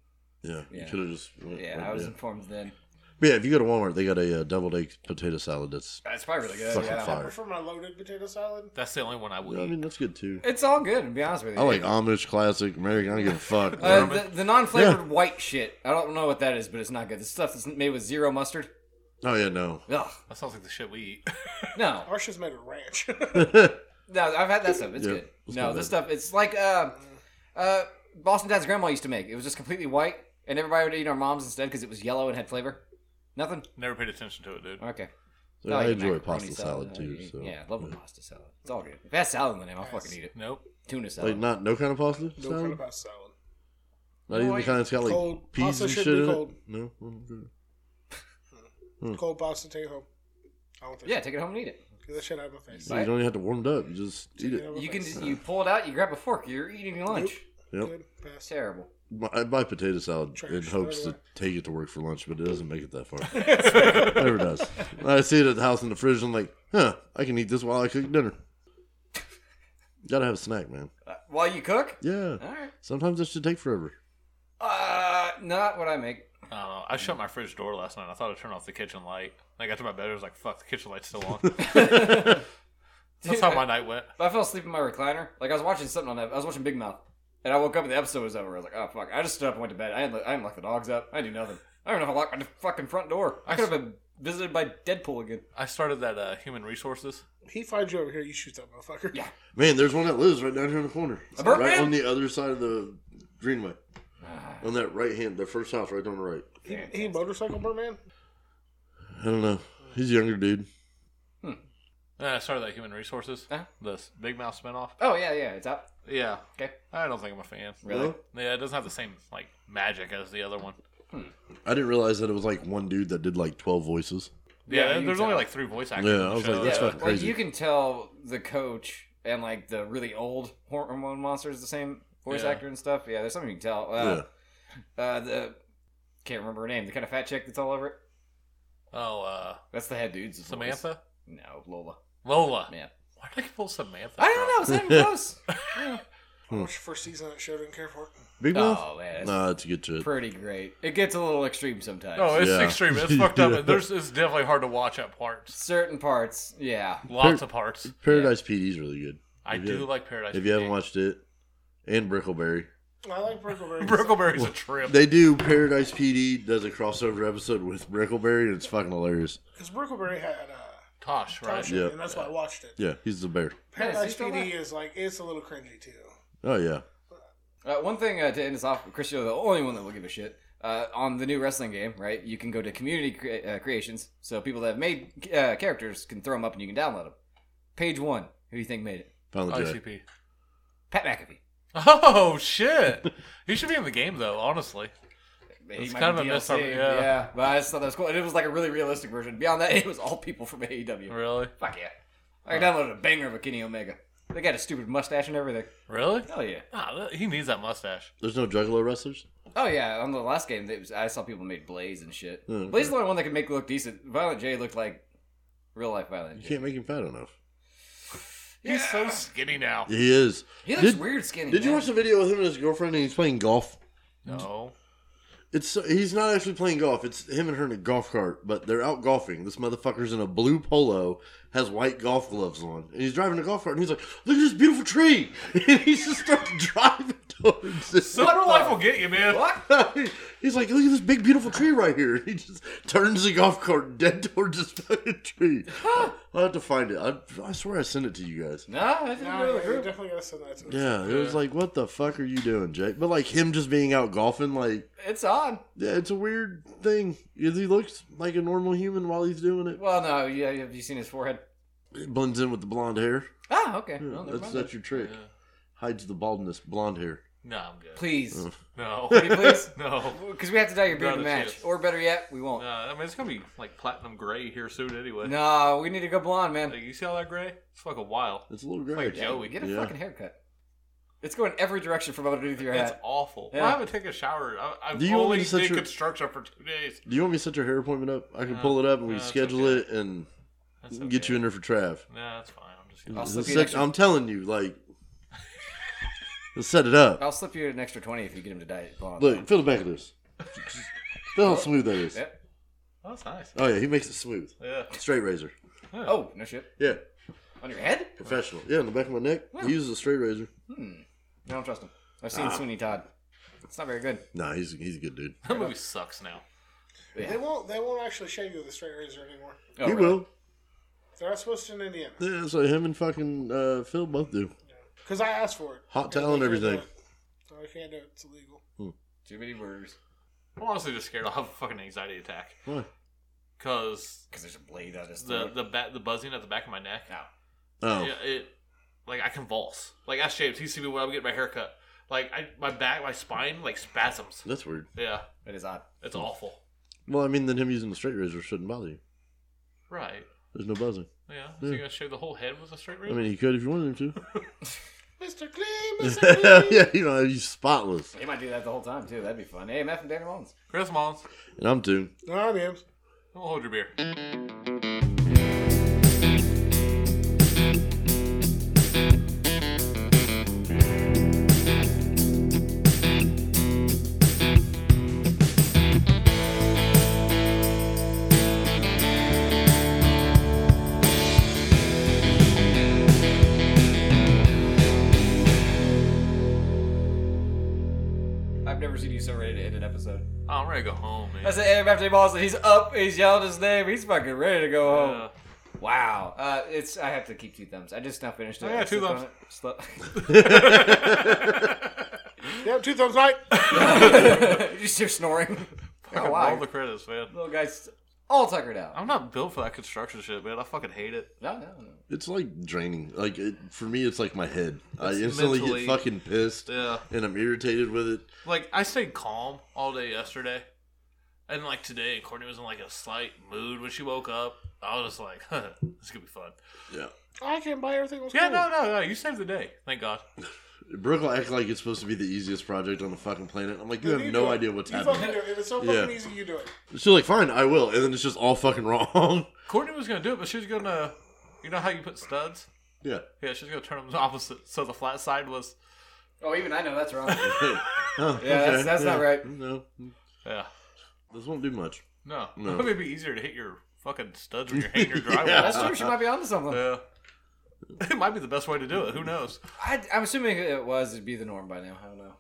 S4: Yeah. You
S1: Yeah.
S4: could have just. Went,
S1: Yeah,
S4: went-
S1: I was
S4: yeah.
S1: informed then.
S4: But yeah, if you go to Walmart, they got a uh, deviled egg potato salad. That's.
S1: It's probably really good.
S4: Fucking
S1: Yeah.
S4: fire.
S2: I prefer my loaded potato salad.
S5: That's the only one I would
S4: I
S5: eat.
S4: mean, that's good too.
S1: It's all good, to be honest with
S4: I
S1: you.
S4: like Amish, classic, American. I don't give a fuck.
S1: Uh,
S4: man.
S1: the, the non-flavored white shit. I don't know what that is, but it's not good. The stuff that's made with zero mustard.
S4: oh yeah, no.
S1: Ugh.
S5: That sounds like the shit we eat.
S1: No,
S2: Our shit's made of ranch.
S1: no, I've had that stuff. It's
S4: Yeah,
S1: good.
S4: it's
S1: no,
S4: not
S1: this
S4: bad.
S1: stuff. It's like uh, uh, Boston Dad's grandma used to make. It was just completely white, and everybody would eat our mom's instead because it was yellow and had flavor. Nothing.
S5: Never paid attention to it, dude.
S1: Okay. I like
S4: I
S1: a
S4: enjoy
S1: macaroni
S4: pasta salad, too.
S1: Yeah,
S4: so.
S1: Yeah, I love a pasta salad. It's all good. If it has salad in the name, I'll fucking eat it.
S5: Nope.
S1: Tuna salad.
S4: Like not no kind of pasta
S2: No
S4: salad.
S2: kind of pasta salad.
S4: not even the kind that's got like
S2: Cold.
S4: peas
S2: Pasta
S4: and
S2: should
S4: shit
S2: be
S4: in
S2: cold.
S4: it. No, I'm good.
S2: Cold pasta, take it home. I don't think.
S1: yeah, take it home and eat it.
S2: so. Get that shit out of my face.
S4: you don't even have to warm it up. You just eat
S2: Get it out
S4: it.
S2: of my
S1: You can
S2: face.
S1: just, you pull it out, you grab a fork, you're eating your lunch.
S4: Yep.
S2: Good. Pass.
S1: Terrible.
S4: My, I buy potato salad
S2: Trash,
S4: in hopes
S2: throw it
S4: to
S2: away.
S4: take it to work for lunch, but it doesn't make it that far. Never does. I see it at the house in the fridge. I'm like, huh, I can eat this while I cook dinner. Gotta have a snack, man.
S1: Uh, while you cook?
S4: Yeah.
S1: All right.
S4: Sometimes this should take forever.
S1: Uh, not what I make.
S5: I don't know. I shut my fridge door last night. I thought I turned off the kitchen light. I got to my bed. I was like, "Fuck, the kitchen light's still on." That's how my night went.
S1: But I fell asleep in my recliner. Like I was watching something on that. I was watching Big Mouth, and I woke up and the episode was over. I was like, oh fuck! I just stood up and went to bed. I didn't, I didn't lock the dogs up. I didn't do nothing. I don't know if I locked my fucking front door. I could have been visited by Deadpool again.
S5: I started that uh, human resources.
S2: He finds you over here, you shoot that motherfucker.
S1: Yeah.
S4: Man, there's one that lives right down here in the corner.
S1: A bird
S4: right
S1: man?
S4: on the other side of the greenway.
S1: Ah,
S4: on that right hand, the first house right on the right.
S2: He, he motorcycle Birdman?
S4: I don't know. He's a younger dude.
S5: Uh, I started that human resources.
S1: Huh?
S5: This Big Mouth spinoff.
S1: Oh yeah, yeah, it's out.
S5: Yeah.
S1: Okay.
S5: I don't think I'm a fan.
S1: Really?
S4: Well,
S5: Yeah, it doesn't have the same like magic as the other one.
S4: I didn't realize that it was like one dude that did like 12 voices.
S1: Yeah,
S5: Yeah,
S1: you
S5: there's
S1: can
S5: only
S1: tell.
S5: like three voice actors.
S4: Yeah,
S5: in the
S4: I was
S5: show.
S4: like, that's
S5: Yeah.
S4: fucking
S1: Like
S4: crazy.
S1: you can tell the coach and like the really old hormone monster is the same voice
S5: Yeah.
S1: actor and stuff. Yeah, there's something you can tell. Uh, uh, the can't remember her name. The kind of fat chick that's all over it.
S5: Oh, uh,
S1: That's the head dude's voice.
S5: Samantha,
S1: No, Lola.
S5: Lola.
S1: Yeah.
S5: Why did I pull Samantha?
S1: I don't know. Something close.
S4: Hmm.
S2: I watched the first season of that show, didn't care for it.
S4: Big Mouth?
S1: Oh man, it's
S4: Nah, it's a good shit.
S1: pretty great. It gets a little extreme sometimes.
S5: No, it's
S4: Yeah.
S5: extreme. It's fucked up.
S4: Yeah.
S5: and There's it's definitely hard to watch at parts.
S1: certain parts. Yeah,
S5: Lots of parts.
S4: Paradise PD is really good.
S5: I
S4: If
S5: do
S4: you-
S5: like Paradise.
S4: If you haven't
S5: PD.
S4: watched it, and Brickleberry,
S2: I like Brickleberry.
S5: Brickleberry's a trip.
S4: they do Paradise PD does a crossover episode with Brickleberry, and it's fucking hilarious.
S2: Because Brickleberry had uh,
S5: Tosh, right?
S2: Tosh,
S4: Yeah.
S2: and that's why I watched it.
S4: Yeah, he's the bear.
S1: Yeah, is
S2: Paradise
S1: he still
S2: PD is like, it's a little cringy too.
S4: Oh yeah,
S1: Uh, one thing uh, to end us off, Christian, the only one that will give a shit uh, on the new wrestling game, right? You can go to community cre- uh, creations, so people that have made uh, characters can throw them up and you can download them. Page one, who do you think made it?
S4: found
S5: Oh,
S4: the guy.
S5: ICP.
S1: Pat McAfee.
S5: Oh shit! he should be in the game though. Honestly,
S1: He
S5: It's
S1: might
S5: kind
S1: be
S5: of a miss
S1: DLC,
S5: on- yeah.
S1: but I just thought that was cool, and it was like a really realistic version. Beyond that, it was all people from AEW.
S5: really,
S1: Fuck yeah! I downloaded a banger of a Kenny Omega. They got a stupid mustache and everything.
S5: really.
S1: Hell yeah!
S5: Nah, that- he needs that mustache.
S4: There's no Juggalo wrestlers.
S1: Oh yeah, on the last game, they was, I saw people made Blaze and shit.
S4: Mm.
S1: Blaze is the only one that could make it look decent. Violent J looked like real life Violent
S4: You
S1: J.
S4: can't make him fat enough.
S5: He's so skinny now.
S4: He is.
S1: He looks
S4: Did-
S1: weird skinny.
S4: Did you
S1: man.
S4: watch the video of him and his girlfriend, and he's playing golf?
S5: No,
S4: It's so- he's not actually playing golf. It's him and her in a golf cart, but they're out golfing. This motherfucker's in a blue polo, has white golf gloves on, and he's driving a golf cart. And he's like, "Look at this beautiful tree!" And he just starts driving towards it.
S5: Southern life will get you, man.
S4: he's like, "Look at this big beautiful tree right here!" And he just turns the golf cart dead towards this fucking tree. I'll have to find it. I, I swear I sent it to you guys.
S1: No, I didn't
S2: Nah,
S1: know
S2: yeah,
S1: the
S2: you
S1: group.
S2: definitely gotta send that to us.
S4: Yeah, it was like, "What the fuck are you doing, Jake?" But like him just being out golfing, like.
S1: It's odd.
S4: Yeah, it's a weird thing. He looks like a normal human while he's doing it.
S1: Well, no, yeah, have you seen his forehead?
S4: It blends in with the blonde hair.
S1: Ah, okay. Well, never
S4: Hmm, That's
S1: mind.
S4: that's your trick.
S5: Yeah.
S4: Hides the baldness, blonde hair.
S5: No, I'm good.
S4: Hmm.
S1: Please,
S5: No,
S1: Can you please,
S5: no.
S1: because we have to dye your beard
S5: Not
S1: to
S5: a
S1: match,
S5: chance.
S1: or better yet, we won't.
S5: Uh, I mean, it's gonna be like platinum gray here soon anyway.
S1: No, we need to go blonde, man.
S5: Like, you see all that gray? It's fucking wild.
S4: It's a little
S5: Like
S4: gray.
S5: Joey.
S1: Get a
S4: Yeah.
S1: fucking haircut. It's going every direction from underneath your
S5: It's
S1: hat.
S5: awful.
S1: Yeah.
S5: Well, I haven't taken a shower. I, I've
S4: Do you want me
S5: only
S4: to set
S5: did
S4: your-
S5: construction for two days.
S4: Do you want me to set your hair appointment up? I can
S5: No.
S4: pull it up and we
S5: No, Uh, it's
S4: schedule
S5: okay.
S4: it and
S5: That's
S4: get
S5: okay.
S4: you in there for Trav.
S5: Nah, that's fine. I'm just
S1: I'll
S5: gonna.
S4: This
S1: slip
S4: is
S1: you an
S4: sex-
S1: extra-
S4: I'm telling you, like, let's set it up.
S1: I'll slip you an extra twenty if you get him to dye it blonde.
S4: Look, feel the back of this. Feel how smooth that is.
S1: Yep.
S5: Oh, that's nice.
S4: Oh yeah, he makes it smooth.
S5: Yeah.
S4: Straight razor.
S1: Oh no shit!
S4: Yeah,
S1: On your head?
S4: professional. Yeah, on the back of my neck, he uses a straight razor.
S1: I don't trust him. I've seen Sweeney Todd. It's not very good.
S4: Nah, he's he's a good dude.
S5: That movie sucks now.
S2: They won't. They won't actually shave you with a straight razor anymore.
S1: Oh,
S4: he
S1: really?
S4: will.
S2: They're not supposed to in Indiana
S4: Yeah, that's what him and fucking uh, Phil both do.
S2: because I asked for it.
S4: Hot towel and
S2: I can't do
S4: everything.
S2: it. No, I can't do it. It's illegal.
S1: Too many burgers.
S5: I'm honestly just scared. I'll have a fucking anxiety attack.
S4: Why?
S5: because
S1: because there's a blade on his
S5: the
S1: throat.
S5: the ba- the buzzing at the back of my neck.
S1: No.
S4: Oh,
S5: Yeah, it like I convulse. Like I shaved. You see me when I'm getting my haircut. Like I, my back, my spine, like spasms.
S4: that's weird.
S5: Yeah,
S1: it is odd.
S4: Hmm.
S5: it's awful.
S4: Well, I mean, then him using the straight razor shouldn't bother you.
S5: Right.
S4: There's no buzzing.
S5: Yeah. So you gonna shave the whole head with a straight
S4: Hmm. I
S5: razor?
S4: mean, he could if you wanted him to.
S2: Mr. Clean, Mr. Clean.
S4: yeah, you know, he's spotless.
S1: He might do that the whole time too. That'd be fun. Hey, Matt and Danny Mullins.
S5: Chris Mullins,
S4: And I'm too.
S2: All right, Ames.
S5: don't hold your beer. Oh,
S1: I've never seen you so ready to end an episode.
S5: Oh, I'm ready to go home, man.
S1: I said, hey, Matt and Danny Mullins. He's up. He's yelled his name. He's fucking ready to go home.
S5: Uh,
S1: Wow. Uh, it's I have to keep two thumbs. I just now finished it.
S5: I got two
S1: slipped on
S5: thumbs.
S1: it. Slipped-
S2: Yeah, two thumbs right.
S1: just you're snoring.
S5: fucking
S1: why?
S5: roll the credits, man.
S1: Little guy's all tuckered out.
S5: I'm not built for that construction shit, man. I fucking hate it.
S1: No, no, no.
S4: It's like draining. Like it, for me, it's like my head. I instantly
S5: mentally-
S4: get fucking pissed,
S5: Yeah.
S4: and I'm irritated with it.
S5: Like I stayed calm all day yesterday, and like today, Courtney was in like a slight mood when she woke up. I was just like, huh, this could be fun.
S4: Yeah.
S2: I can't buy everything. Was
S5: Yeah,
S2: cool.
S5: no, no, no. You saved the day. Thank God.
S4: Brooke will act like it's supposed to be the easiest project on the fucking planet. I'm like, you have
S2: You
S4: no
S2: do it.
S4: idea what's
S2: you
S4: happening.
S2: fucking do it. If it's so
S4: Yeah.
S2: fucking easy, you do it.
S4: She's like, fine, I will. And then it's just all fucking wrong.
S5: Courtney was gonna do it, but she was gonna, you know how you put studs?
S4: yeah.
S5: Yeah, she was gonna turn them the opposite, so the flat side was.
S1: Oh, even I know that's wrong.
S4: Hey. Oh,
S1: Yeah, that's- that's not right.
S4: No.
S5: Yeah.
S4: This won't do much.
S5: No.
S4: No.
S5: It would be easier to hit your fucking studs when you're hanging your drywall.
S4: Yeah.
S1: that's true. She might be onto something.
S5: Yeah. It might be the best way to do it. Who knows?
S1: I, I'm assuming if it was. It'd be the norm by now. I don't know.